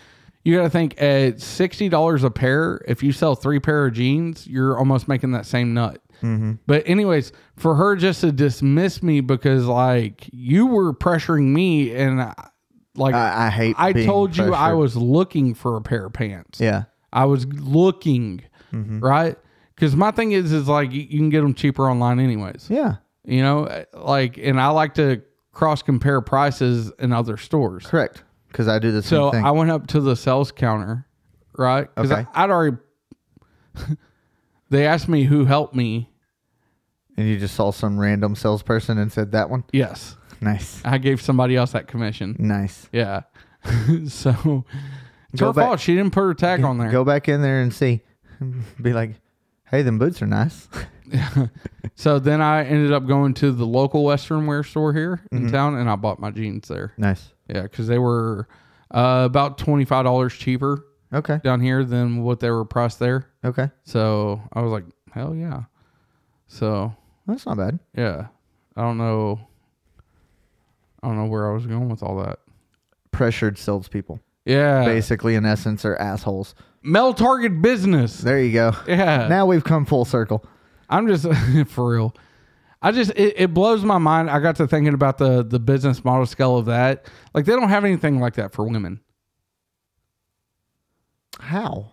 you got to think at $60 a pair if you sell three pair of jeans you're almost making that same nut
Mm-hmm.
But anyways, for her just to dismiss me because like you were pressuring me and I- like
I, I hate
I
being
told you I
pressured.
was looking for a pair of pants.
Yeah.
I was looking,
Mm-hmm.
right? Because my thing is, is like you you can get them cheaper online, anyways.
Yeah.
You know, Eh, like, and I like to cross compare prices in other stores.
Correct. Cuz I do the same
So
thing.
I went up to the sales counter, right? Because
Okay.
I'd already. *laughs* they asked me who helped me.
and you just saw some random salesperson and said that one.
Yes,
Nice.
I gave somebody else that commission.
Nice.
Yeah. *laughs* so it's
Go
her
back-
fault. She didn't put her tag on there.
Go back in there and see. *laughs* Be like, hey, them boots are nice. *laughs*
So then I ended up going to the local Western wear store here
Mm-hmm.
in town and I bought my jeans there.
nice.
Yeah, because they were uh, about $25 cheaper
Okay.
down here than what they were priced there.
Okay.
So I was like, hell yeah. So
That's not bad.
yeah, I don't know. I don't know where I was going with all that.
Pressured salespeople.
Yeah.
Basically, in essence, are assholes.
Mel Target business.
There you go.
Yeah.
Now we've come full circle.
I'm just *laughs* for real. I just it, it blows my mind. I got to thinking about the the business model scale of that. Like they don't have anything like that for women.
How?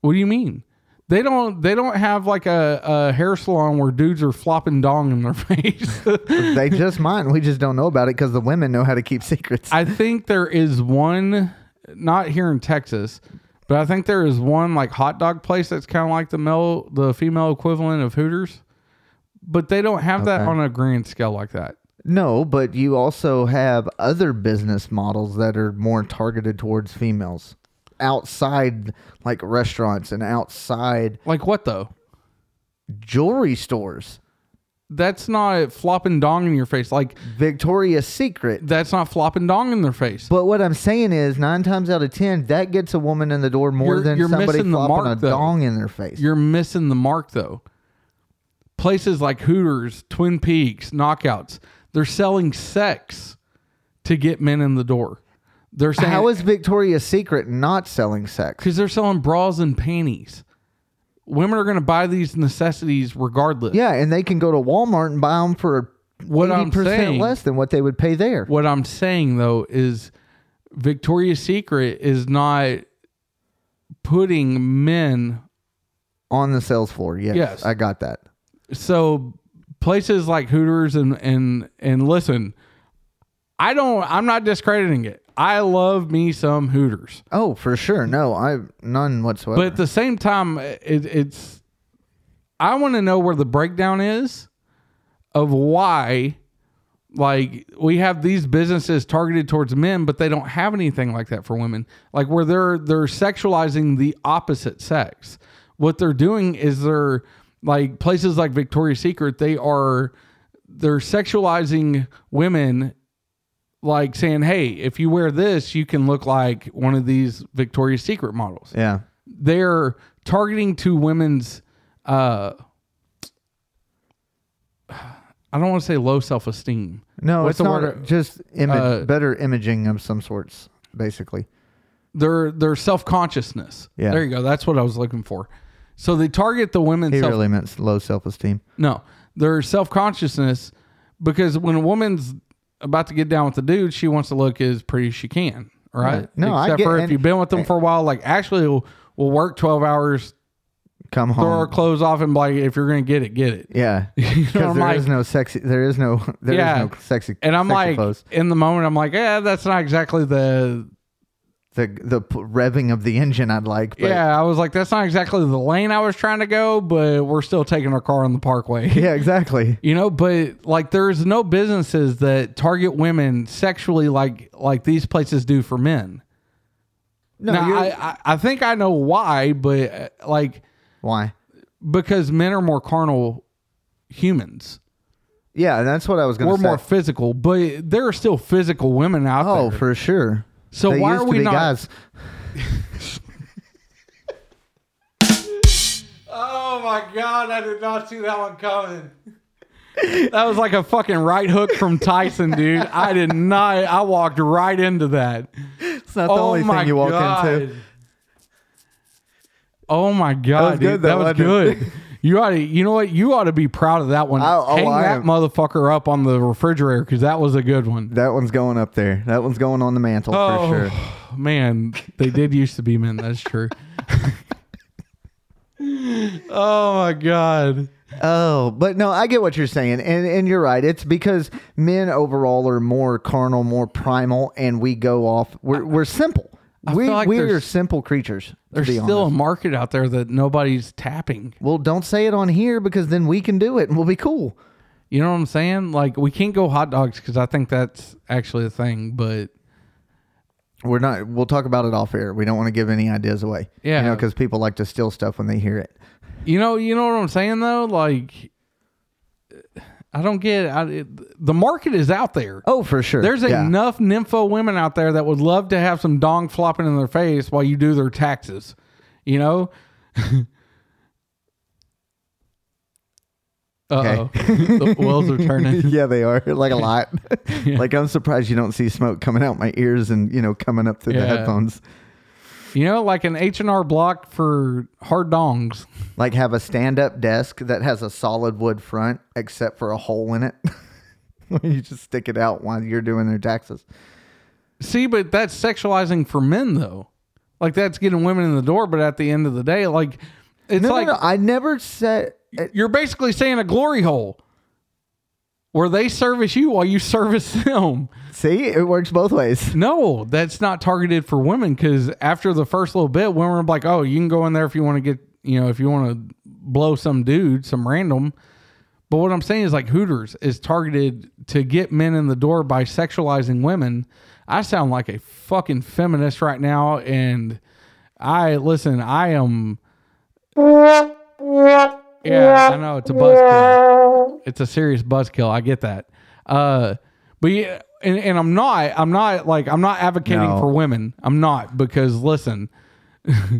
What do you mean? They don't they don't have like a, a hair salon where dudes are flopping dong in their *laughs* face. *laughs*
They just might. We just don't know about it because the women know how to keep secrets.
I think there is one not here in Texas, but I think there is one like hot dog place that's kind of like the male the female equivalent of Hooters. But they don't have that
Okay.
on a grand scale like that.
no, but you also have other business models that are more targeted towards females outside, like restaurants and outside
Like what though?
jewelry stores.
that's not flopping dong in your face. Like
Victoria's Secret.
that's not flopping dong in their face.
But what I'm saying is, nine times out of ten, that gets a woman in the door more
You're-
than
you're
somebody
missing the
flopping
mark,
a
though.
dong in their face.
You're missing the mark though. Places like Hooters, Twin Peaks, Knockouts, they're selling sex to get men in the door. They're saying
How is Victoria's Secret not selling sex?
because they're selling bras and panties. Women are going to buy these necessities regardless.
Yeah, and they can go to Walmart and buy them for
What I'm
eighty percent
saying-
less than what they would pay there.
What I'm saying though is Victoria's Secret is not putting men
on the sales floor. Yes,
Yes.
I got that.
so places like Hooters and and and listen, I don't. I'm not discrediting it. I love me some Hooters,
Oh, for sure. No, I none
but
whatsoever.
at the same time, it, it's. I want to know where the breakdown is, of why, like we have these businesses targeted towards men, but they don't have anything like that for women. Like where they're they're sexualizing the opposite sex. What they're doing is they're like places like Victoria's Secret. They are they're sexualizing women like saying hey if you wear this you can look like one of these victoria's secret models
yeah,
they're targeting to women's uh i don't want to say low self-esteem
no,
What's
it's
the
not
word?
just image,
Uh,
better imaging of some sorts, basically.
their their self-consciousness
Yeah.
there you go that's what i was looking for so they target the women's
He
self
really meant low self esteem.
No, their self consciousness, because when a woman's about to get down with a dude, she wants to look as pretty as she can, right?
No, I
except
get-
for if
and-
you've been with them for a while, like actually will will work twelve hours
Come
Throw our
home.
clothes off and be like, if you're gonna get it, get it.
Yeah,
*laughs*
because
know,
there
I'm
is
like-
no sexy. There is no. There is
Yeah.
no sexy.
And I'm
sexy
like,
clothes.
in the moment, I'm like, yeah, that's not exactly the.
the the p- revving of the engine. I'd like. But yeah.
yeah, I was like, that's not exactly the lane I was trying to go, but we're still taking our car on the parkway.
Yeah. Exactly.
*laughs* You know, but like there's no businesses that target women sexually like like these places do for men.
No.
now,
you're-
I, I I think I know why, but uh, like
why?
because men are more carnal humans.
Yeah, that's what I was going
We're
to say.
more physical, but there are still physical women out
oh,
there.
for sure.
So
They
why
used
are
to
we
be
not?
guys?
Oh my god, I did not see that one coming. That was like a fucking right hook from Tyson, dude. I did not. I walked right into that.
It's not the only thing you walk into.
Oh my god,
good,
dude.
though,
that was
wasn't
good.
it?
You ought to, you know what? You ought to be proud of that one.
I- oh,
Hang
I
that
am.
motherfucker up on the refrigerator because that was a good one.
That one's going up there. That one's going on the mantle
Oh
for sure.
man, they did used to be men. That's true. *laughs* oh my god.
Oh, but no, I get what you're saying, and and you're right. It's because men overall are more carnal, more primal, and we go off. We're we're simple. we
feel like
we are
there's-
simple creatures. To
There's
be
still
honest.
a market out there that nobody's tapping.
well. Don't say it on here because then we can do it and we'll be cool.
You know what I'm saying? Like we can't go hot dogs because I think that's actually a thing. But
We're not. We'll talk about it off air. We don't want to give any ideas away.
Yeah.
you know, because people like to steal stuff when they hear it.
you know, you know what I'm saying though. Like I don't get. I, it, the market is out there.
Oh, for sure.
There's
Yeah.
enough nympho women out there that would love to have some dong flopping in their face while you do their taxes. You know? *laughs* Uh oh. the wheels
*laughs*
are
*laughs*
turning.
yeah, they are like a
*laughs*
lot. Like I'm surprised you don't see smoke coming out my ears and you know coming up through
Yeah.
the headphones.
You know, like an H and R block for hard dongs.
Like have a stand-up desk that has a solid wood front except for a hole in it. *laughs* you just stick it out while you're doing their taxes.
See, but that's sexualizing for men though. Like that's getting women in the door, but at the end of the day, like it's
No,
like
no, no, I never said. eh,
you're basically saying a glory hole where they service you while you service *laughs* them.
See, it works both ways. *laughs*
No, that's not targeted for women because after the first little bit, women are like, oh, you can go in there if you want to get, you know, if you want to blow some dude, some random. But what I'm saying is like Hooters is targeted to get men in the door by sexualizing women. I sound like a fucking feminist right now. And I, listen, I am. Yeah, I know. It's a buzzkill. It's a serious buzzkill. I get that. Uh, but yeah, and, and I'm not, I'm not like, I'm not advocating
No.
for women. I'm not because listen, *laughs* uh,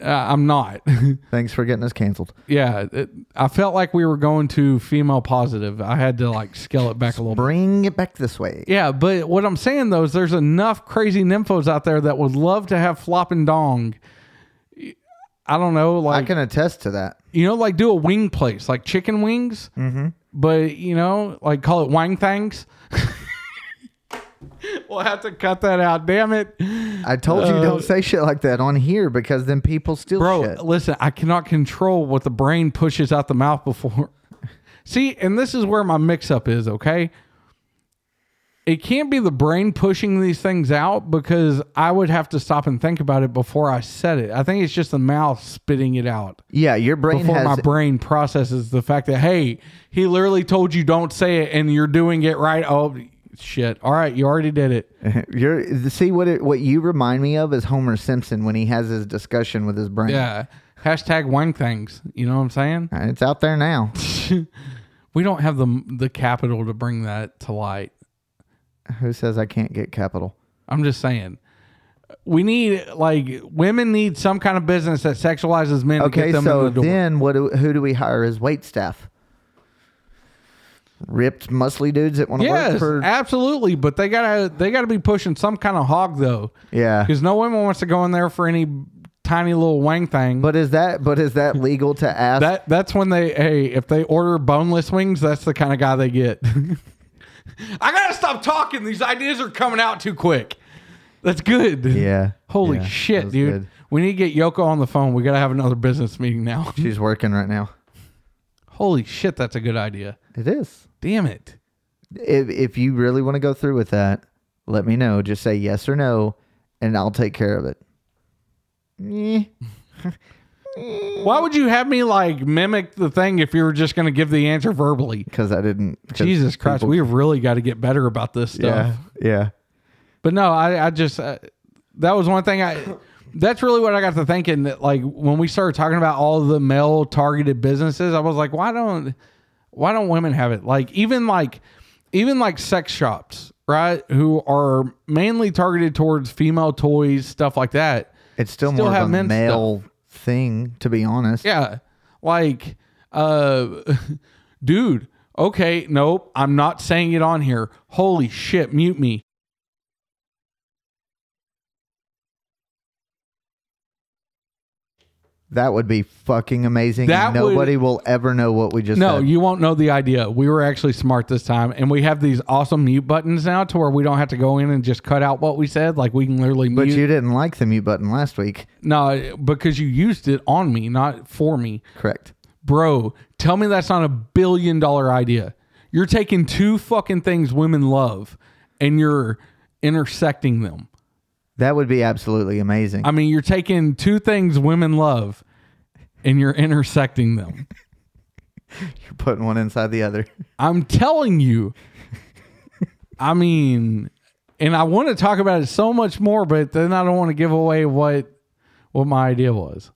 I'm not. *laughs*
Thanks for getting us canceled.
yeah. It, I felt like we were going to female positive. I had to like scale it back a little bit.
Bring it back this way.
Yeah, but what I'm saying though is there's enough crazy nymphos out there that would love to have flopping dong. I don't know,
I
like
can attest to that.
you know, like do a wing place, like chicken wings, mm-hmm. but you know, like call it wang thangs. *laughs* we'll have to cut that out. Damn it,
I told you
Uh,
don't say shit like that on here because then people steal
bro.
shit.
Listen, I cannot control what the brain pushes out the mouth before. *laughs* See, and this is where my mix-up is. Okay, it can't be the brain pushing these things out because I would have to stop and think about it before I said it. I think it's just the mouth spitting it out.
Yeah, your brain
before
has *laughs*
my brain processes the fact that hey, he literally told you don't say it, and you're doing it right. Oh shit! All right, you already did it.
You're see what it, what you remind me of is Homer Simpson when he has his discussion with his brain.
Yeah. Hashtag wang things. You know what I'm saying?
Uh, it's out there now. *laughs*
*laughs* We don't have the the capital to bring that to light.
Who says I can't get capital?
I'm just saying. We need like women need some kind of business that sexualizes men to
Okay,
get them
so
in the door.
then what? Do, who do we hire as wait staff? Ripped, muscly dudes that want to
yes,
work for.
absolutely. But they gotta they gotta be pushing some kind of hog though, *laughs*
yeah,
because no woman wants to go in there for any tiny little wang thing.
but is that but is that legal to ask?
That that's when they hey, if they order boneless wings, that's the kind of guy they get. *laughs* I gotta stop talking. These ideas are coming out too quick. That's good.
yeah.
Holy
yeah, that
shit,
was
dude.
good.
We need to get Yoko on the phone. We got to have another business meeting now. *laughs*
She's working right now.
Holy shit, that's a good idea.
It is.
Damn it.
If if you really want to go through with that, let me know. Just say yes or no, and I'll take care of it. Eh.
Why would you have me like mimic the thing if you were just going to give the answer verbally?
Because I didn't. 'cause
Jesus Christ,
people-
we really got to get better about this stuff.
yeah, yeah.
But no, I, I just uh, that was one thing I. That's really what I got to thinking that like when we started talking about all the male targeted businesses, I was like, why don't why don't women have it? Like even like even like sex shops, right? Who are mainly targeted towards female toys, stuff like that.
It's still,
Still
more
have
of a
men's
male thing, to be honest.
Yeah. Like, uh, *laughs* dude, okay, nope, I'm not saying it on here. Holy shit, mute me.
That would be fucking amazing.
That
and Nobody will ever know what we just
No,
said.
you won't know the idea. We were actually smart this time, and we have these awesome mute buttons now to where we don't have to go in and just cut out what we said. Like, we can literally
but
mute.
you didn't like the mute button last week.
no, because you used it on me, not for me.
Correct.
Bro, tell me that's not a billion dollar idea. You're taking two fucking things women love and you're intersecting them.
That would be absolutely amazing.
I mean, you're taking two things women love and you're intersecting them.
You're putting one inside the other. *laughs*
I'm telling you. I mean, and I want to talk about it so much more, but then I don't want to give away what what my idea was.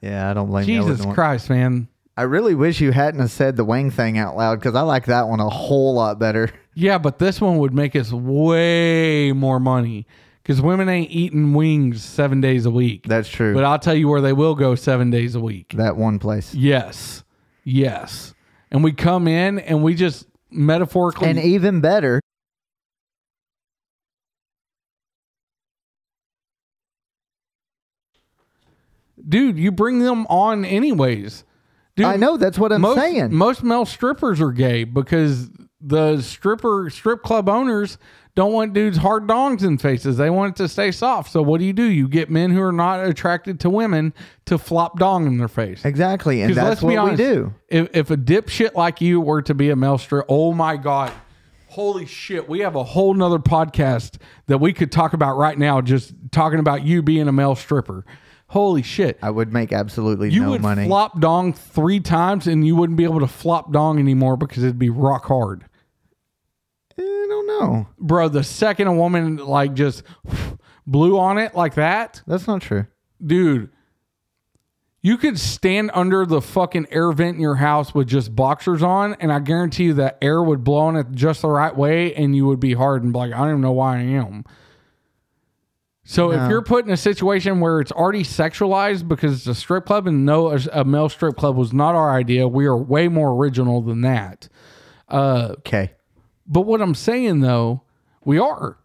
Yeah, I don't blame you. I
Jesus
wouldn't want-
Christ, man.
I really wish you hadn't have said the wing thing out loud because I like that one a whole lot better. *laughs*
Yeah, but this one would make us way more money cuz women ain't eating wings 7 days a week.
That's true.
But I'll tell you where they will go 7 days a week.
that one place.
Yes. Yes. And we come in and we just metaphorically
And even better,
dude, you bring them on anyways. Dude,
I know that's what I'm
most,
saying.
most male strippers are gay because the stripper strip club owners don't want dudes hard dongs in faces. They want it to stay soft. So what do you do? You get men who are not attracted to women to flop dong in their face.
exactly. And
'Cause
that's what we do.
If, if a dipshit like you were to be a male strip, oh my god, holy shit, we have a whole nother podcast that we could talk about right now, just talking about you being a male stripper. Holy shit,
I would make absolutely
you
no
would
money.
flop dong three times, and you wouldn't be able to flop dong anymore because it'd be rock hard,
Eh, I don't know.
bro. The second a woman like just blew on it like that,
That's not true.
dude. You could stand under the fucking air vent in your house with just boxers on, and I guarantee you that air would blow on it just the right way, and you would be hard and be like, I don't even know why I am. So
No.
if you're put in a situation where it's already sexualized because it's a strip club, and no, a, a male strip club was not our idea. We are way more original than that.
Okay.
But what I'm saying though, we are.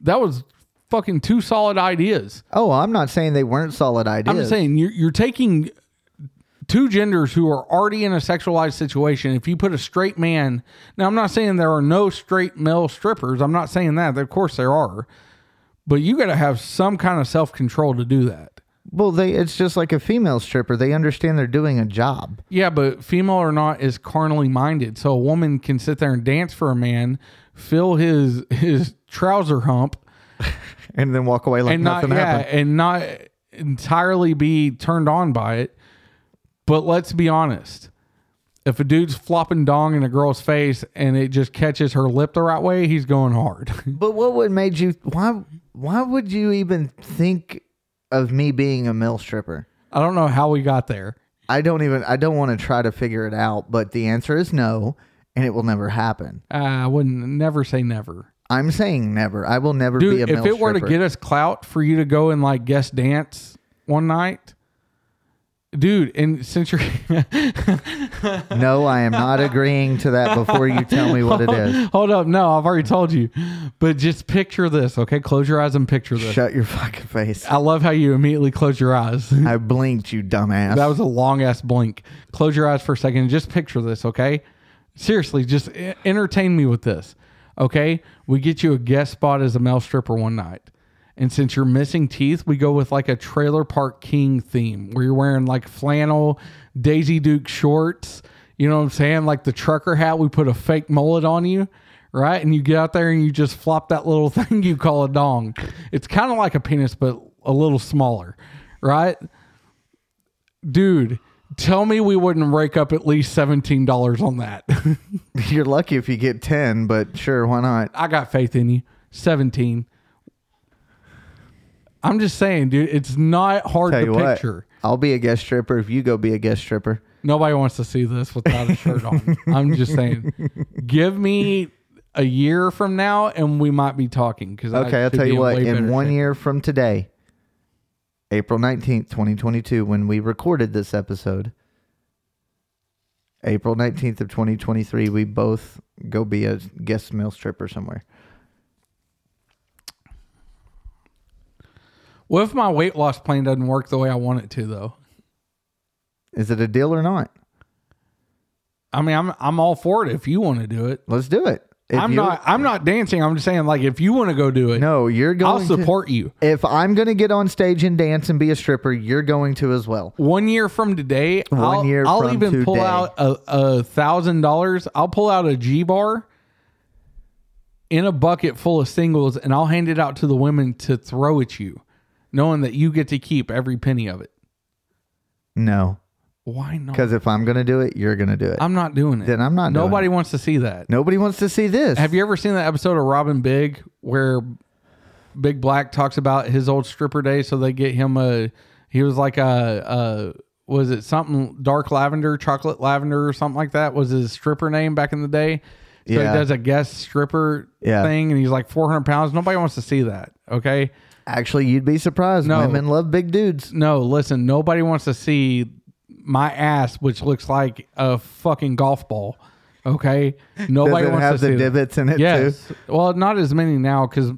That was fucking two solid ideas.
Oh, I'm not saying they weren't solid ideas.
I'm just saying you're, you're taking two genders who are already in a sexualized situation. If you put a straight man, now I'm not saying there are no straight male strippers. I'm not saying that. Of course there are, but you got to have some kind of self control to do that.
Well, they it's just like a female stripper. They understand they're doing a job. *laughs*
Yeah, but female or not is carnally minded. So a woman can sit there and dance for a man, fill his his trouser hump,
And then walk away like
and not
nothing
yeah,
happened.
and not entirely be turned on by it. But let's be honest. If a dude's flopping dong in a girl's face and it just catches her lip the right way, he's going hard. *laughs*
But what would made you why why would you even think of me being a male stripper?
I don't know how we got there.
I don't even I don't want to try to figure it out, but the answer is no, and it will never happen.
Uh, I wouldn't never say never.
I'm saying never. I will never be a
Dude,
male
if it were to
stripper.
get us clout for you to go and like guest dance one night, dude, and since you're
no, I am not agreeing to that before you tell me
*laughs* Oh,
what it is.
hold up, no, I've already told you. But just picture this, okay? Close your eyes and picture this.
Shut your fucking face.
I love how you immediately close your eyes.
I blinked, you dumbass.
that was a long ass blink. Close your eyes for a second and just picture this, okay? Seriously, just e- entertain me with this, okay? We get you a guest spot as a male stripper one night, And since you're missing teeth, we go with like a trailer park king theme where you're wearing like flannel, Daisy Duke shorts. You know what I'm saying? Like the trucker hat, we put a fake mullet on you, right? And you get out there and you just flop that little *laughs* thing you call a dong. It's kind of like a penis, but a little smaller, right? Dude, tell me we wouldn't rake up at least $17 on that. *laughs*
*laughs* You're lucky if you get 10, but sure, why not?
I got faith in you. 17. I'm just saying, dude, it's not hard
Tell
to
you what,
picture.
I'll be a guest stripper if you go be a guest stripper.
Nobody wants to see this without a
*laughs*
shirt on. I'm just saying, give me a year from now and we might be talking. Because
Okay, I'll tell you what. In one year from today, April 19th, 2022, when we recorded this episode, April 19th of 2023, we both go be a guest male stripper somewhere.
What if my weight loss plan doesn't work the way I want it to, though?
Is it a deal or not?
I mean, I'm I'm all for it if you want to do it.
Let's do it. If
I'm
you-
not I'm not dancing. I'm just saying, like, if you want to go do it,
No, you're going
I'll support you.
to. If I'm going to get on stage and dance and be a stripper, you're going to as well.
One year from today, I'll,
year
I'll
from
even pull
today.
out a a thousand dollars. I'll pull out a G bar in a bucket full of singles, and I'll hand it out to the women to throw at you, knowing that you get to keep every penny of it.
No,
Why not?
because if I'm going to do it, you're going to do it.
I'm not doing it.
then I'm not. doing
Nobody
it.
wants to see that.
Nobody wants to see this.
Have you ever seen that episode of Robin Big where Big Black talks about his old stripper day? So they get him a. He was like a. a was it something dark lavender, chocolate lavender, or something like that? Was his stripper name back in the day? So
Yeah.
he does a guest stripper
Yeah.
thing, and he's like 400 pounds. Nobody wants to see that. Okay,
Actually, you'd be surprised.
No.
Women love big dudes.
no, listen, nobody wants to see my ass, which looks like a fucking golf ball.
*laughs*
Okay,
Does
nobody
it
wants
have
to
the
see that.
divots in *laughs* it
Yes. Well, not as many now because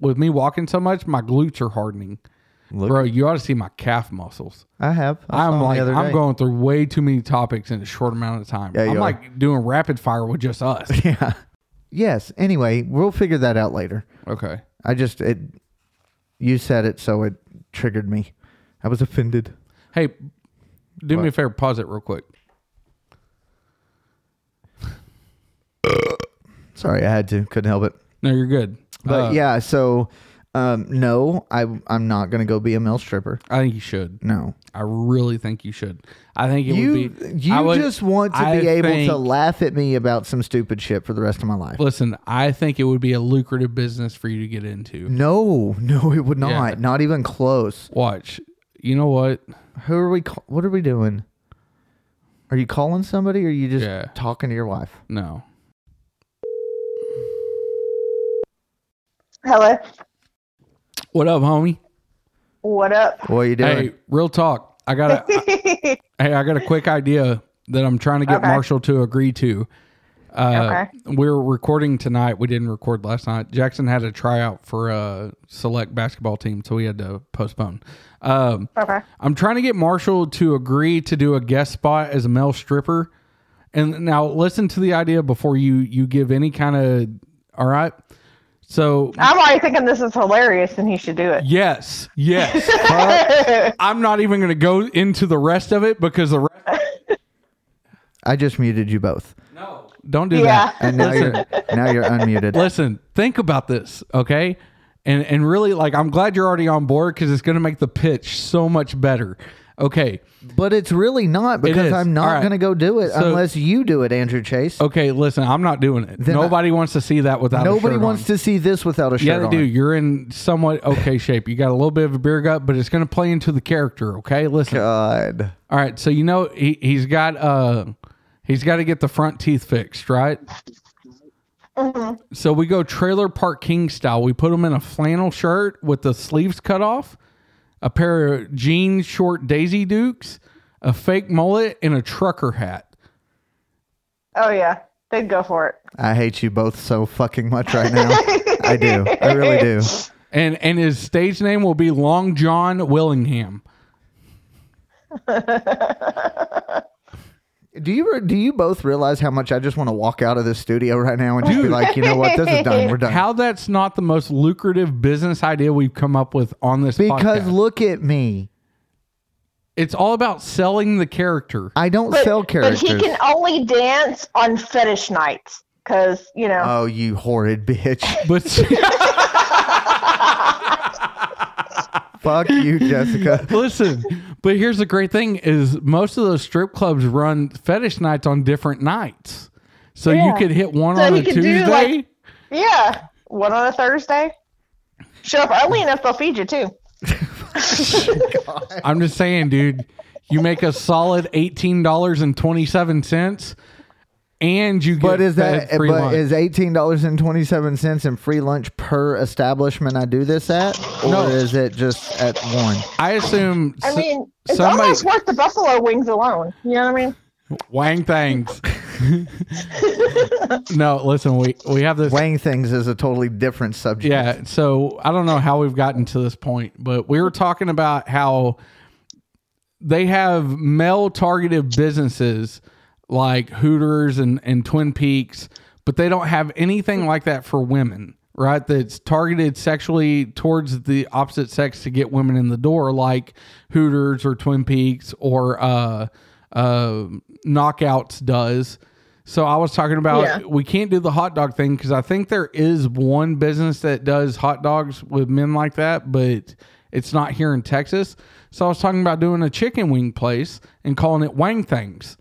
with me walking so much, my glutes are hardening.
Look.
Bro, you ought to see my calf muscles.
too? I have. I saw
I'm
them
like,
the other
I'm
day.
going *laughs* through way too many topics in a short amount of time.
Yeah, you
I'm
are.
like doing rapid fire with just us.
*laughs* Yeah. Yes. Anyway, we'll figure that out later.
okay.
I just it. You said it, so it triggered me. I was offended.
Hey, do me a favor, pause it real quick.
Sorry, I had to. Couldn't help it.
No, you're good.
But
Uh,
yeah, so um, no, I I'm not gonna go be a male stripper.
I think you should.
No,
I really think you should. I think it
you
would be. I
you
would-
just want to
I
be able
think-
to laugh at me about some stupid shit for the rest of my life.
Listen, I think it would be a lucrative business for you to get
Mm.
into.
No, *laughs* no, it would not. Not even close.
Watch. You know what?
Who are we? Call- what are we doing? Are you calling somebody, or are you just
Yeah.
talking to your wife?
No.
Hello.
What up, homie?
What
*laughs*
up?
What are you doing?
Hey, real talk. I got
*laughs*
a hey, I got a quick idea that I'm trying to get
Okay.
Marshall to agree to. Uh,
Okay.
We're recording tonight. We didn't record last night. Jackson had a tryout for a select basketball team, so we had to postpone. Um,
okay.
I'm trying to get Marshall to agree to do a guest spot as a male stripper. And now listen to the idea before you you give any kind of all right. So
I'm already thinking this is hilarious and he should do it.
Yes, yes. But I'm not even going to go into the rest of it because the rest.
I just muted you both,
No, don't do
Yeah.
that.
and now you're now you're unmuted.
Listen, think about this, okay? And and really, like, I'm glad you're already on board because it's going to make the pitch so much better. Okay,
But it's really not because
is.
I'm not
All right.
going to go do it
So-
unless you do it, Andrew Chase.
okay. Listen, I'm not doing it. Nobody wants to see that without.
Nobody wants to see this without a shirt
Yeah, they
on.
do. You're in somewhat okay shape. You got a little bit of a beer gut, but it's going to play into the character. Okay, listen.
God.
All right, so you know he he's got uh he's got to get the front teeth fixed, right? So we go trailer park king style. We put him in a flannel shirt with the sleeves cut off, a pair of jean short Daisy Dukes, a fake mullet, and a trucker hat.
Oh yeah. They'd go for it.
I hate you both so fucking much right now. I do. I really do.
And and his stage name will be Long John Willingham.
Do you re- do you both realize how much I just want to walk out of this studio right now and just be like, you know what, this is done. We're done.
How that's not the most lucrative business idea we've come up with on this
because
podcast.
look at me.
it's all about selling the character.
I don't
But,
sell
but
characters.
he can only dance on fetish nights because you know.
oh, you horrid bitch. *laughs*
But
Fuck you, Jessica.
listen, but here's the great thing is most of those strip clubs run fetish nights on different nights. So you
Yeah.
could hit one
So
on
he
a
could
Tuesday.
do, like- yeah, one on a Thursday. Show up early enough, they'll feed you too.
I'm just saying, dude, you make a solid eighteen dollars and twenty seven cents and you get
But is that
fed free
but
lunch.
is eighteen dollars and twenty seven cents in free lunch per establishment I do this at, or
No.
is it just at one?
I assume
I
s-
mean, it's
somebody-
almost worth the buffalo wings alone. You know what I mean?
Wang things. *laughs* no, listen, we we have this.
Weighing things is a totally different subject.
Yeah, so I don't know how we've gotten to this point, but we were talking about how they have male targeted businesses like Hooters and, and Twin Peaks, but they don't have anything like that for women, right? That's targeted sexually towards the opposite sex to get women in the door, like Hooters or Twin Peaks or uh, uh, Knockouts does. So I was talking about
Yeah.
we can't do the hot dog thing because I think there is one business that does hot dogs with men like that, but it's not here in Texas. So I was talking about doing a chicken wing place and calling it Wang Things,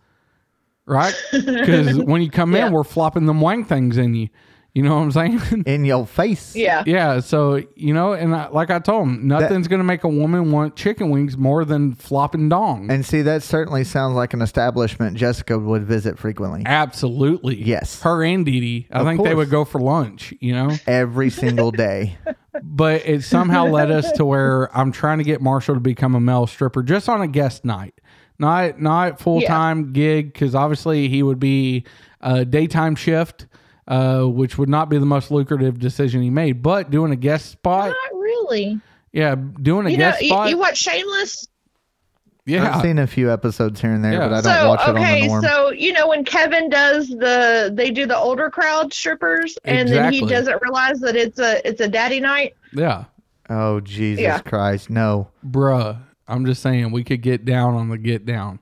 *laughs*
right? Because when you come
Yeah.
in, we're flopping them Wang Things in you. You know what I'm saying? *laughs*
In your face.
Yeah.
yeah. So you know, and I, like I told him, nothing's gonna make a woman want chicken wings more than flopping dong.
And see, that certainly sounds like an establishment Jessica would visit frequently.
Absolutely.
Yes.
Her and Dee Dee. I
Of
think they
course.
would go for lunch. You know.
Every single day.
but it somehow led us
*laughs*
to where I'm trying to get Marshall to become a male stripper just on a guest night, not not full time gig because obviously he would be a daytime shift, uh, which would not be the most lucrative decision he made. But doing a guest spot,
Not really.
yeah, doing a
You know,
guest
you,
spot,
you watch Shameless?
*laughs* yeah,
I've seen a few episodes here and there,
Yeah.
but I don't
So,
watch it on the
okay,
norm.
so, you know, when Kevin does the, they do the older crowd strippers, and then
Exactly.
he doesn't realize that it's a, it's a daddy night.
yeah,
oh, Jesus
Yeah.
Christ. No.
bruh. I'm just saying we could get down on the get down,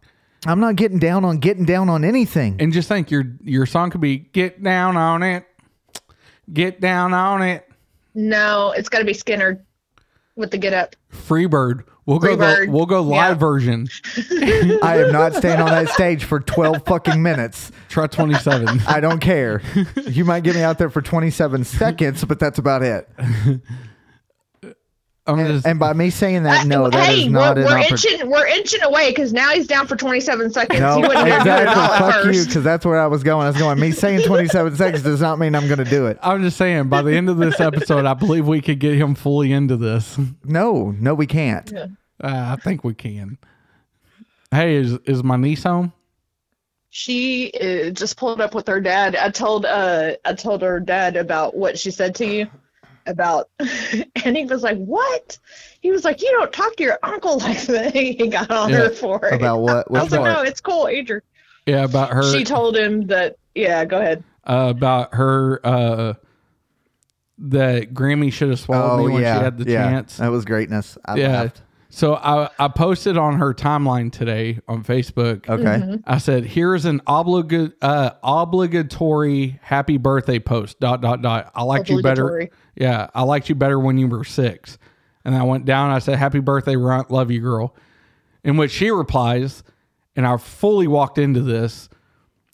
I'm not getting down on getting down on anything.
and just think your your song could be "Get Down on It," "Get Down on It."
No, it's got to be Skinner with the get up.
Freebird. We'll go. The,
Freebird.
we'll go live
Yeah.
version.
I am not staying on that stage for 12 fucking minutes.
Try twenty seven.
I don't care. You might get me out there for 27 seconds, but that's about it.
*laughs* I'm just.
And by me saying that, no, that is
Uh, hey,
not
we're,
an
we're
opportunity.
inching, we're inching away because now he's down for 27 seconds.
No,
he wouldn't have done it
exactly.
all at
Fuck you,
first.
because that's where I was going. I was going. Me saying 27 seconds does not mean I'm going to do it.
I'm just saying. By the end of this episode, I believe we could get him fully into this. Uh,
No, no, we can't.
I think we can. Hey, is is my niece home?
She uh, just pulled up with her dad. I told uh I told her dad about what she said to you about *laughs* and he was like, "What?" He was like, "You don't talk to your uncle *laughs* like that." He got on
Yeah,
her for it.
About what?
I
What
was like, "No,
part?
it's cool, Adrian."
Yeah, about her.
She told him that. Yeah, go ahead.
uh, about her. Uh, that Grammy should have swallowed me when she had the
Oh, yeah.
chance.
That was greatness. I
Yeah.
laughed.
So I I posted on her timeline today on Facebook.
Okay.
Mm-hmm.
I said, "Here's an obliga- uh, obligatory happy birthday post." Dot dot dot. I liked you better.
Obligatory.
Yeah, I liked you better when you were six. And I went down. I said, "Happy birthday, Runt. Love you, girl." In which she replies, and I fully walked into this.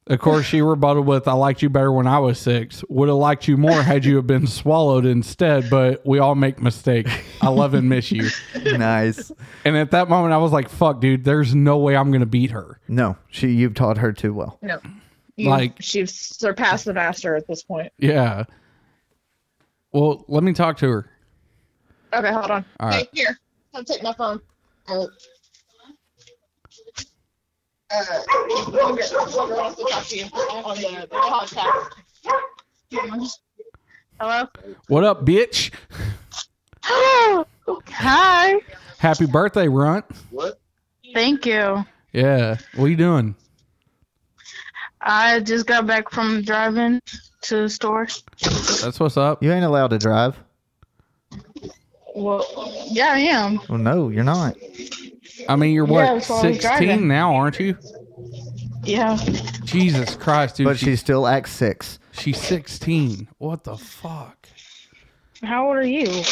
Of course, she rebutted with, "I liked you better when I was six. Would have liked you more had you have been swallowed instead. But we all make mistakes. I love and miss you."
Nice.
And at that moment, I was like, "Fuck, dude. There's no way I'm gonna beat her."
No, she. You've taught her too well.
No, you,
Like-
she's surpassed the master at this point.
Yeah. Well, let me talk to her.
Okay, hold on.
All right.
Hey, here, come take my phone. Uh, uh, I'll get- I'll also talk to you on the podcast. Hello.
What up, bitch?
Oh, hi.
Happy birthday, Runt.
*gasps* Thank you.
Yeah. What you doing?
I just got back from driving to the store.
That's what's up.
You ain't allowed to drive.
Well, yeah, I am.
Well, no, you're not.
I mean, you're
Yeah,
what
that's why I was
16
driving.
now, aren't you?
Yeah.
Jesus Christ, dude.
But
she,
she still acts six.
she's 16. What the fuck?
How old are you?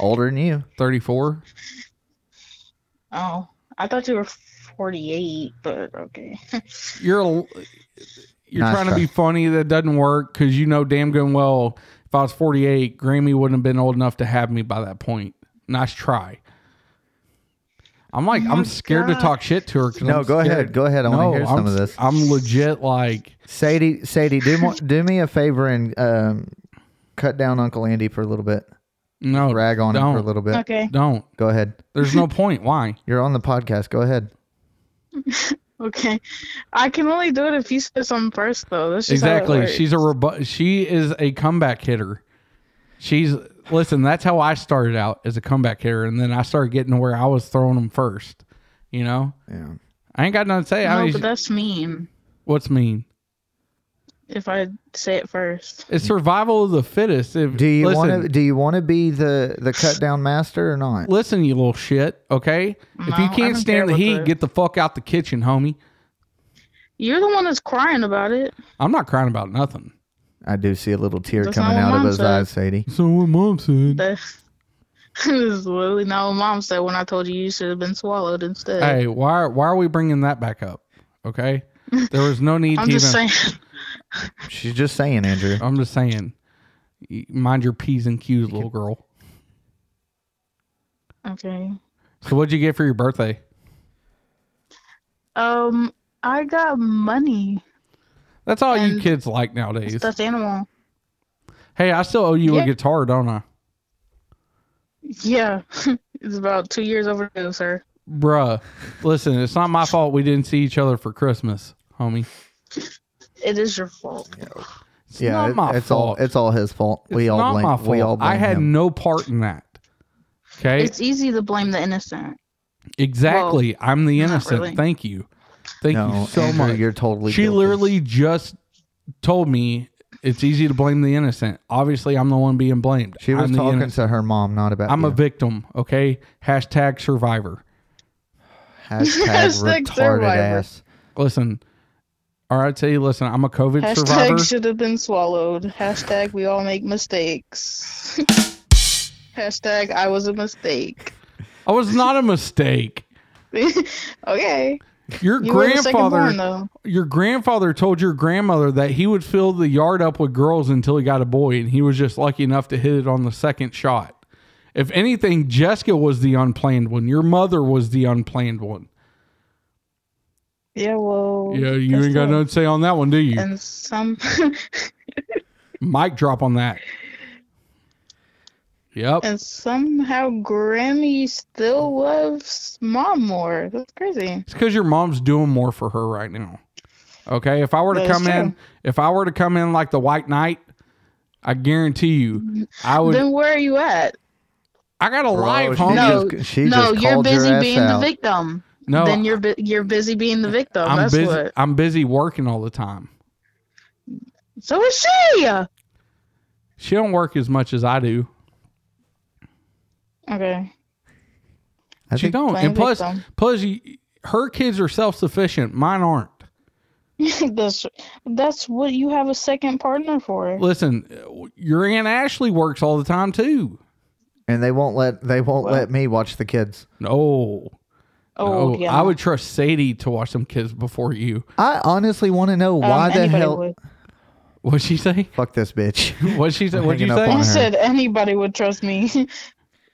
Older than you.
34.
Oh, I thought you were 48, but
*laughs*
okay.
You're a- you're
Nice
trying to
try.
be funny. That doesn't work because you know damn good and well if I was 48, Grammy wouldn't have been old enough to have me by that point. Nice try. I'm like, I'm scared to talk shit to her. 'cause
No,
I'm
go
scared.
ahead. Go ahead. I want to hear
I'm,
some of this.
I'm legit like,
Sadie, Sadie, do mo- do me a favor and um, cut down Uncle Andy for a little bit.
no,
Rag on him for a
don't.
little bit.
Okay.
don't.
Go ahead.
There's
*laughs*
no point. Why?
You're on the podcast. Go ahead.
Okay. I can only do it if you say something first, though. That's just how it
exactly.
works.
She's a rebu- she is a comeback hitter. She's listen. That's how I started out as a comeback hitter, and then I started getting to where I was throwing them first. You know,
Yeah.
I ain't got nothing to say.
No,
I mean,
but that's mean
what's mean?
if I say it first.
It's survival of the fittest. If,
Mm. Do you
listen,
want to? Do you want to be the the cut down master or not?
listen, you little shit? Okay, if
No, I
you
don't
can't stand
care
the
what
heat,
the-
get the fuck out the kitchen, homie.
You're the one that's crying about it. *laughs*
I'm not crying about nothing.
I do see a little tear
That's
coming
not what
out of
Mom
his
said.
eyes, Sadie.
So what mom said.
That is literally not what mom said when I told you you should have been swallowed instead.
Hey, why why are we bringing that back up?
*laughs*
Okay, there was no need
I'm
to
just
even.
saying.
She's just saying, Andrew.
I'm just saying, y- mind your p's and q's, little girl.
Okay.
So what'd you get for your birthday?
Um, I got money.
That's all you
And-
kids like nowadays.
Stuffed animal.
Hey, I still owe you a
Yeah.
guitar, don't I,
Yeah. *laughs* it's about two years overdue, sir.
bruh? Listen, it's not my fault we didn't see each other for Christmas, homie.
It is your fault.
*laughs*
It's
Yeah,
not
it-
my
it's all
fault.
it's all his fault. we
It's
all
not
blame.
my fault.
We all blame
I had
him.
no part in that. Okay,
It's easy to blame the innocent.
exactly. I'm the
not
innocent.
really.
Thank you, thank
No,
you so
Andrew,
much.
You're totally.
She
guilty.
literally just told me it's easy to blame the innocent. Obviously, I'm the one being blamed.
She was
I'm the
talking
innocent.
to her mom, not about.
I'm a
you.
victim. Okay, hashtag survivor.
hashtag
Hashtag
retarded
survivor.
ass.
Listen, all right, tell you, listen, I'm a COVID survivor.
Hashtag should have been swallowed. Hashtag we all make mistakes. *laughs* Hashtag I was a mistake. *laughs*
I was not a mistake.
okay.
Your
*laughs* You were the second born,
grandfather,
though.
your grandfather told your grandmother that he would fill the yard up with girls until he got a boy, and he was just lucky enough to hit it on the second shot. If anything, Jessica was the unplanned one. Your mother was the unplanned one.
Yeah, well.
Yeah, you
guess
ain't got
what?
nothing to say on that one, do you?
And some. *laughs*
Mic drop on that. Yep.
And somehow Grammy still loves mom more. That's crazy.
It's because your mom's doing more for her right now. Okay, if I were to
That is
come in, if I were to come in like the White Knight, I guarantee you, I would.
then where are you at?
I got a
Bro,
life,
she
Oh, homie. No,
No,
just- she
no,
just
you're
called your
busy
ass
being
out.
the victim. then you're bu- you're busy being the victim.
I'm
That's
busy.
what.
I'm busy working all the time.
So is she.
She don't work as much as I do.
Okay. *laughs*
I
She
think,
don't.
Playing
And plus,
victim.
plus, you- her kids are self sufficient. Mine aren't.
that's that's what you have a second partner for.
Listen, your aunt Ashley works all the time too.
and they won't let they won't let me watch the kids.
No,
Oh,
no.
yeah.
I would trust Sadie to watch some kids before you.
I honestly want to know
Um,
why the
anybody
hell.
Would.
What'd she say? *laughs*
Fuck this bitch. *laughs*
What'd she say? What'd you
Hanging up on
say?
I
her.
said anybody would trust me. *laughs*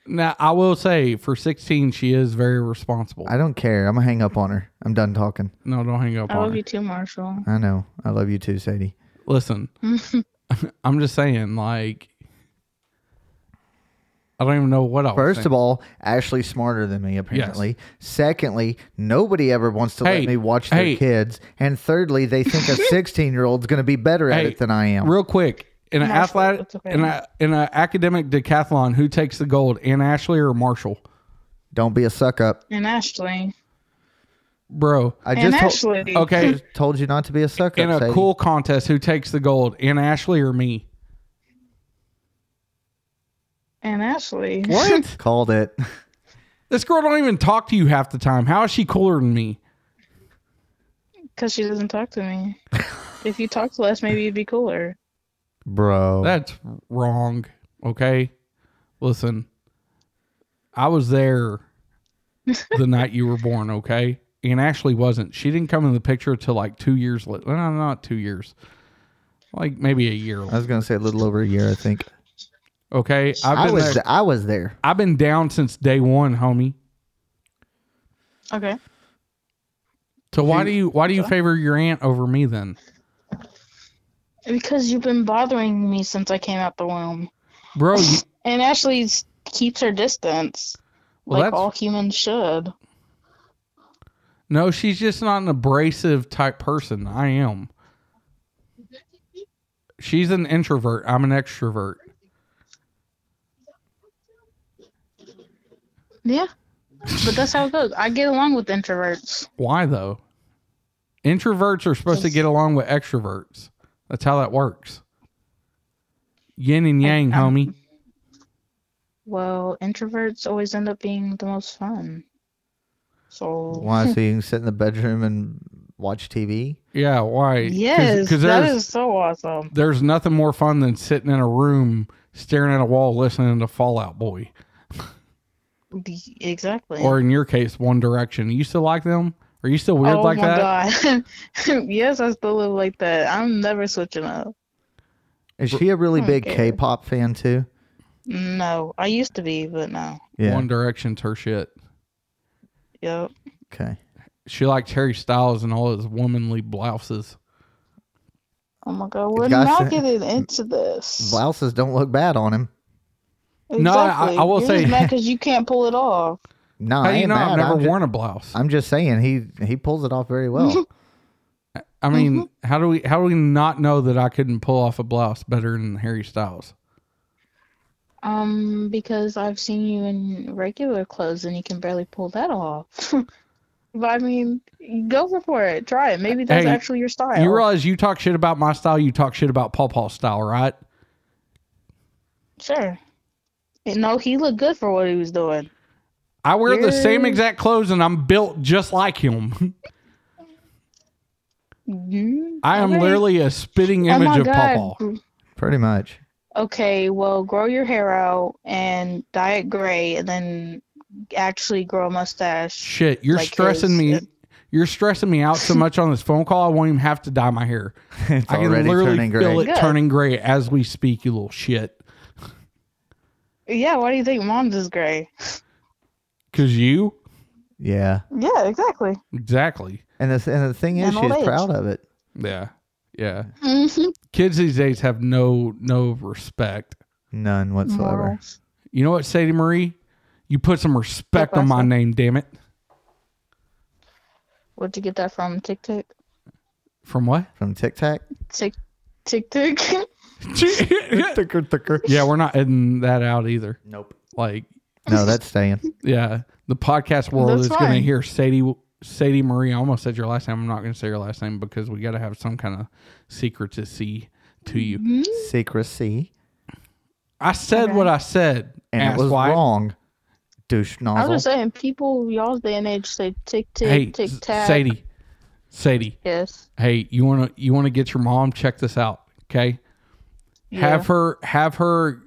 Now, I will say for 16, she is very responsible.
I don't care. I'm gonna hang up on her. I'm done talking.
no, don't hang up
I
on
love
her.
you too, Marshall.
I know. I love you too, Sadie.
*laughs*
Listen, I'm just saying, like, I don't even know what else.
First of all, Ashley's smarter than me, apparently. Secondly, nobody ever wants to
Hey,
let me watch their
hey.
kids. And thirdly, they think
*laughs*
a 16 year old's gonna be better at
Hey,
it than I am.
real quick, in an
Marshall,
athletic,
it's okay.
in a in an academic decathlon, who takes the gold? Ann Ashley or Marshall?
don't be a suck up.
And Ashley.
bro.
I
and
just told,
Ashley.
Okay,
told you not to be a sucker.
in a
Sadie.
cool contest, who takes the gold? Ann Ashley or me?
And Ashley.
What?
*laughs* Called it.
this girl don't even talk to you half the time. How is she cooler than me?
Because she doesn't talk to me.
*laughs*
if you talked less, maybe you'd be cooler.
Bro.
That's wrong. Okay. Listen, I
*laughs*
was there the night you were born. Okay. And Ashley wasn't. She didn't come in the picture till like two years later. No, not two years. Like maybe a year.
I was gonna say a little over a year, I think.
Okay. I've
I
been,
was
there-
I was there.
I've been down since day one, homie.
Okay.
So why do you why do you favor your aunt over me then?
Because you've been bothering me since I came out the womb.
Bro,
*laughs*
you,
And Ashley s- keeps her distance,
well
like
that's
all humans should.
no, she's just not an abrasive type person. I am. She's an introvert. I'm an extrovert.
Yeah. But that's how it goes. I get along with introverts.
Why though? Introverts are supposed to get along with extroverts. That's how that works. Yin and yang, homie.
Well, introverts always end up being the most fun. So
Why? So you can sit in the bedroom and watch TV.
Yeah, why?
yes, that
there's
is so awesome.
there's nothing more fun than sitting in a room staring at a wall listening to Fallout Boy.
The- Exactly.
Or in your case, One Direction. You still like them? Are you still weird
oh
like
my
that?
god. *laughs* yes, I still live like that. I'm never switching up.
Is she a really
I don't
big
care.
K-pop fan too?
No, I used to be, but no.
Yeah.
One Direction's her shit.
Yep.
Okay.
She likes Harry Styles and all his womanly blouses.
Oh my god, we're
Guys,
*laughs*
not getting into this.
Blouses don't look bad on him.
Exactly.
No, I- I will
You're
say- *laughs*
just mad because you can't pull it off.
No,
How
I
do you
ain't
know I've
mad.
never
I'm ju-
worn a blouse?
I'm just saying he he pulls it off very
*laughs*
well.
I mean,
Mm-hmm.
how do we how do we not know that I couldn't pull off a blouse better than Harry Styles?
Um, because I've seen you in regular clothes and you can barely pull that off. *laughs* but I mean, go for it. Try it. Maybe that's
Hey,
actually your style.
You realize you talk shit about my style, you talk shit about Paw Paw style, right?
Sure. And no, he looked good for what he was doing.
I wear the same
You're-
exact clothes and I'm built just like him. *laughs*
Mhm.
I am
Okay.
literally a spitting
Oh
image
my
of
God.
Paw Paw.
Pretty much. *laughs*
Okay, well, grow your hair out and dye it gray and then actually grow a mustache.
Shit, you're
Like
stressing
his,
me.
yeah.
You're stressing me out
*laughs*
so much on this phone call. I won't even have to dye my hair.
It's
I can
already
literally
turning
feel
gray.
it
Good.
turning gray as we speak. You little shit.
Yeah, why do you think mom's is gray?
Cause you
Yeah.
Yeah, exactly.
exactly.
And the and the thing is,
And old
she's
age.
proud of it.
Yeah, yeah.
hmm
Kids these days have no no respect.
None whatsoever.
Morals.
You know what, Sadie Marie? You put some respect
Yep, I
on my
saw.
name, damn it.
Where'd you get that from? TikTok?
From
*laughs*
what?
From Tic Tac.
*laughs*
Tik TikTok?
Thicker, thicker.
yeah, we're not editing that out either.
Nope.
Like,
No, that's staying.
yeah, the podcast world
That's
is going to
fine.
hear Sadie Sadie Marie. I almost said your last name. I'm not going to say your last name because we got to have some kind of secrecy to you.
Hmm?
Secrecy.
I said
Okay.
what I said,
And it was
asswipe.
wrong. Douche
*laughs* I was
nozzle.
just saying, people y'all's day and age say tick tick
Uh-huh. Hey,
tick
S-
tack.
Sadie, Sadie,
Yes.
hey, you want to you want to get your mom? Check this out, okay? Have her have her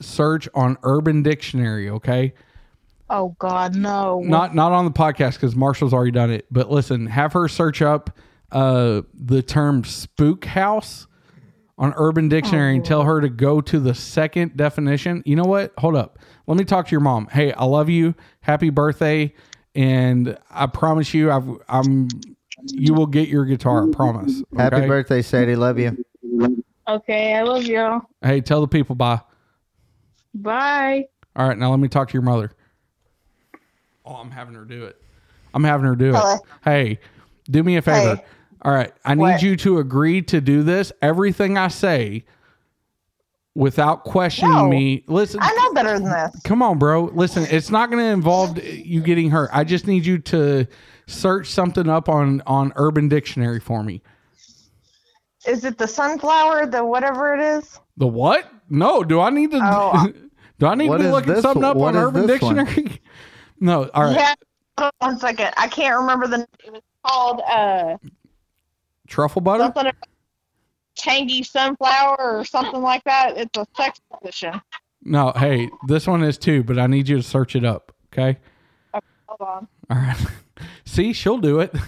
search on Urban Dictionary, okay?
Oh God, no.
Not not on the podcast because Marshall's already done it. But listen, have her search up uh, the term spook house on Urban Dictionary and tell her to go to the second definition. You know what? Hold up. Let me talk to your mom. Hey, I love you. Happy birthday. And I promise you, I've, I'm you will get your guitar. I promise.
Happy
okay?
birthday, Sadie. Love you.
Okay, I love y'all.
Hey, tell the people bye.
Bye.
All right, now let me talk to your mother. Oh, I'm having her do it. I'm having her do it.
Hello.
Hey, do me a favor.
Hey.
All right, I need
What?
you to agree to do this. Everything I say, without questioning
No.
me. Listen,
I know better than this.
come on, bro. Listen, it's not going to involve you getting hurt. I just need you to search something up on on Urban Dictionary for me.
Is it the sunflower, the whatever it is?
The what? No, do I need to? *laughs*
Oh.
do I need
What
to be
is
looking
this
something
one?
up
What
on
is
Urban
this one?
Dictionary? *laughs* no. All right,
Yeah. Hold on One second. I can't remember the
It was called uh
truffle butter.
something about tangy sunflower or something like that. It's a sex position.
No, hey, this one is too, but I need you to search it up. Okay.
Hold on.
All right. *laughs* See, she'll do it. *laughs*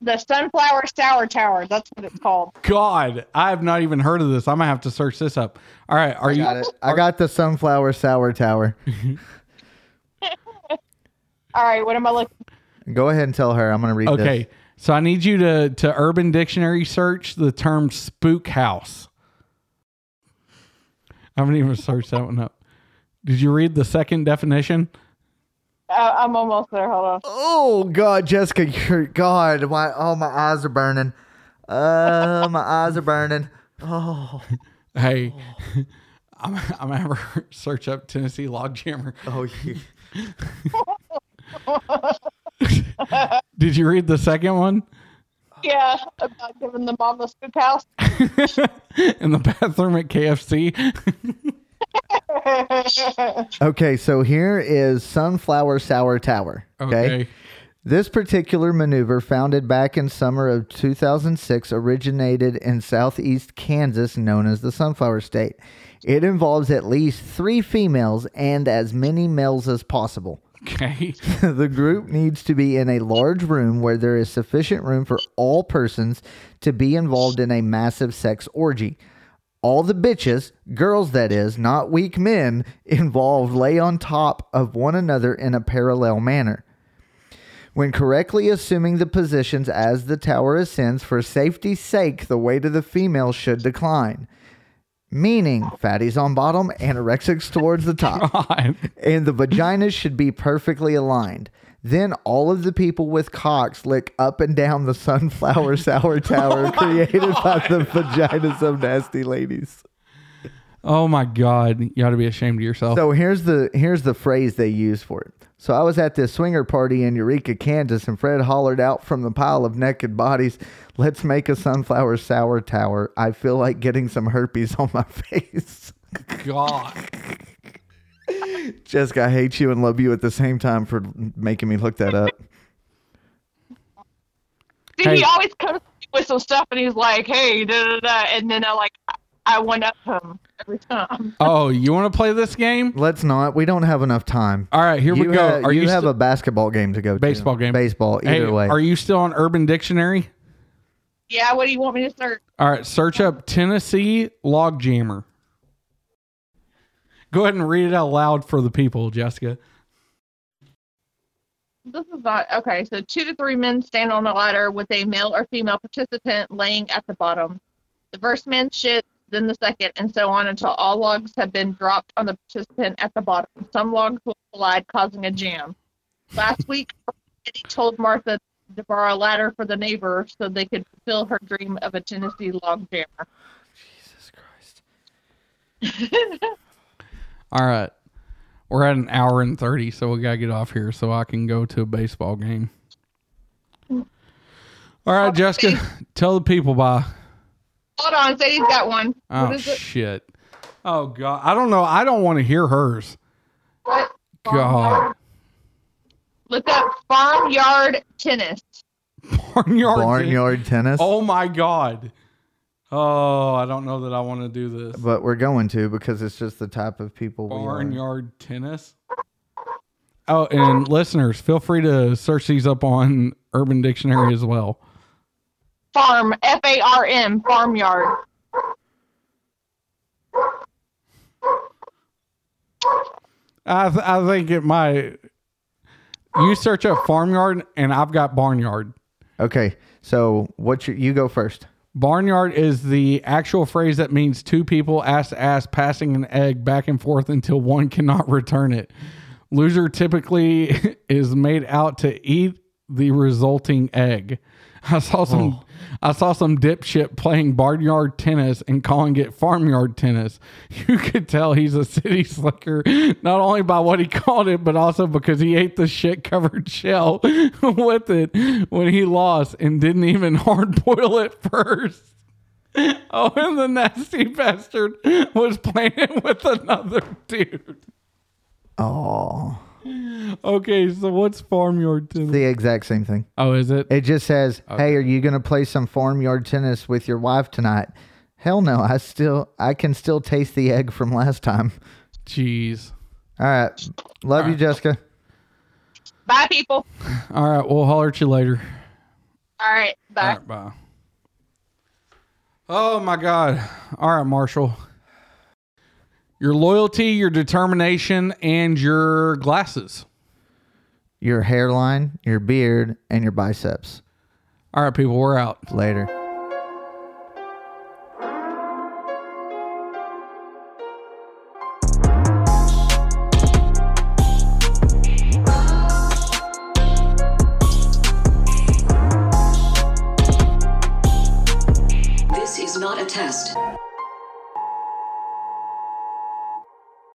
The sunflower sour tower. That's what it's called.
God, I have not even heard of this. I'm gonna have to search this up. All right, are
I
you?
got it. I got the sunflower sour tower.
All right, what am I looking?
Go ahead and tell her I'm gonna read this.
Okay, so I need you to to Urban Dictionary search the term spook house. I haven't even searched that one up. Did you read the second definition?
Uh, I'm almost there. Hold on.
Oh God, Jessica, you're God. My oh, my eyes are burning. Uh, my eyes are burning. Oh,
Hey, *laughs* I'm I'm gonna have her *laughs* search up Tennessee logjammer.
oh, *laughs* you.
Did you read the second one? *laughs*
Yeah, about giving the mom the spook house.
In the bathroom at *laughs* KFC.
Okay, so here is sunflower sour tower. okay. This particular maneuver, founded back in summer of 2006, originated in southeast Kansas, known as the Sunflower State. It involves at least three females and as many males as possible.
Okay.
*laughs* the group needs to be in a large room where there is sufficient room for all persons to be involved in a massive sex orgy. All the bitches, girls that is, not weak men, *laughs* involved lay on top of one another in a parallel manner. When correctly assuming the positions as the tower ascends, for safety's sake, the weight of the female should decline. Meaning, fatties on bottom, anorexics towards the top
God.
and the vaginas should be perfectly aligned. Then all of the people with cocks lick up and down the *laughs* sunflower sour tower created by the vaginas of nasty ladies.
Oh my God. You ought to be ashamed of yourself.
So here's the here's the phrase they use for it. So I was at this swinger party in Eureka, Kansas, and Fred hollered out from the pile of naked bodies, "Let's make a sunflower sour tower." I feel like getting some herpes on my *laughs* face.
God.
Jessica, I hate you and love you at the same time for making me look that up.
Dude,
Hey.
he always comes with some stuff, and he's like, "Hey, da da da," and then I like, I one up him every time.
Oh, you want to play this game?
Let's not. We don't have enough time.
All right, here
you
we go.
Have,
are
you, have
st-
a basketball game to go to.
Baseball game.
Baseball, either
Hey,
way.
Are you still on Urban Dictionary?
Yeah, what do you want me to start?
All right, search up Tennessee logjammer. Go ahead and read it out loud for the people, Jessica.
This is not okay. So two to three men stand on a ladder with a male or female participant laying at the bottom. The first man shits, then the second, and so on until all logs have been dropped on the participant at the bottom. Some logs will collide, causing a jam. Last week, he told Martha to borrow a ladder for the neighbor so they could fulfill her dream of a Tennessee log jammer.
Jesus Christ.
All right. We're at an hour and 30, so we got to get off here so I can go to a baseball game. All right, Jessica, tell the people bye.
Hold on, Sadie's got one.
Oh,
what is it?
shit. Oh, God. I don't know. I don't want to hear hers. *laughs*
What?
God.
Look up farmyard tennis.
Barnyard.
Barnyard tennis.
Oh my god. Oh, I don't know that I want to do this.
But we're going to because it's just the type of people we are.
Barnyard tennis. Oh, and listeners, feel free to search these up on Urban Dictionary as well.
Farm, F A R M, farmyard.
I th- I think it might. You search up farmyard, and I've got barnyard.
Okay, so what you you go first.
Barnyard is the actual phrase that means two people ass to ass passing an egg back and forth until one cannot return it. *laughs* Loser typically is made out to eat the resulting egg. I saw some I saw some dipshit playing barnyard tennis and calling it farmyard tennis. *laughs* You could tell he's a city slicker, not only by what he called it, but also because he ate the shit covered *laughs* shell with it when he lost and didn't even *laughs* hard boil it first. *laughs* Oh, and the nasty bastard was playing it with another dude.
Oh,
Okay, so what's farmyard tennis?
the exact same thing.
oh, is it?
It just says, "Hey, are you going to play some farmyard tennis with your wife tonight?" Hell no. I still I can still taste the egg from last time.
Jeez.
All right. Love you, Jessica.
Bye, people.
All right, we'll holler at you later.
All right. Bye.
All right, bye. Oh my God. All right, Marshall. Your loyalty, your determination, and your glasses.
Your hairline, your beard, and your biceps.
All right, people, we're out.
Later.
This is not a test.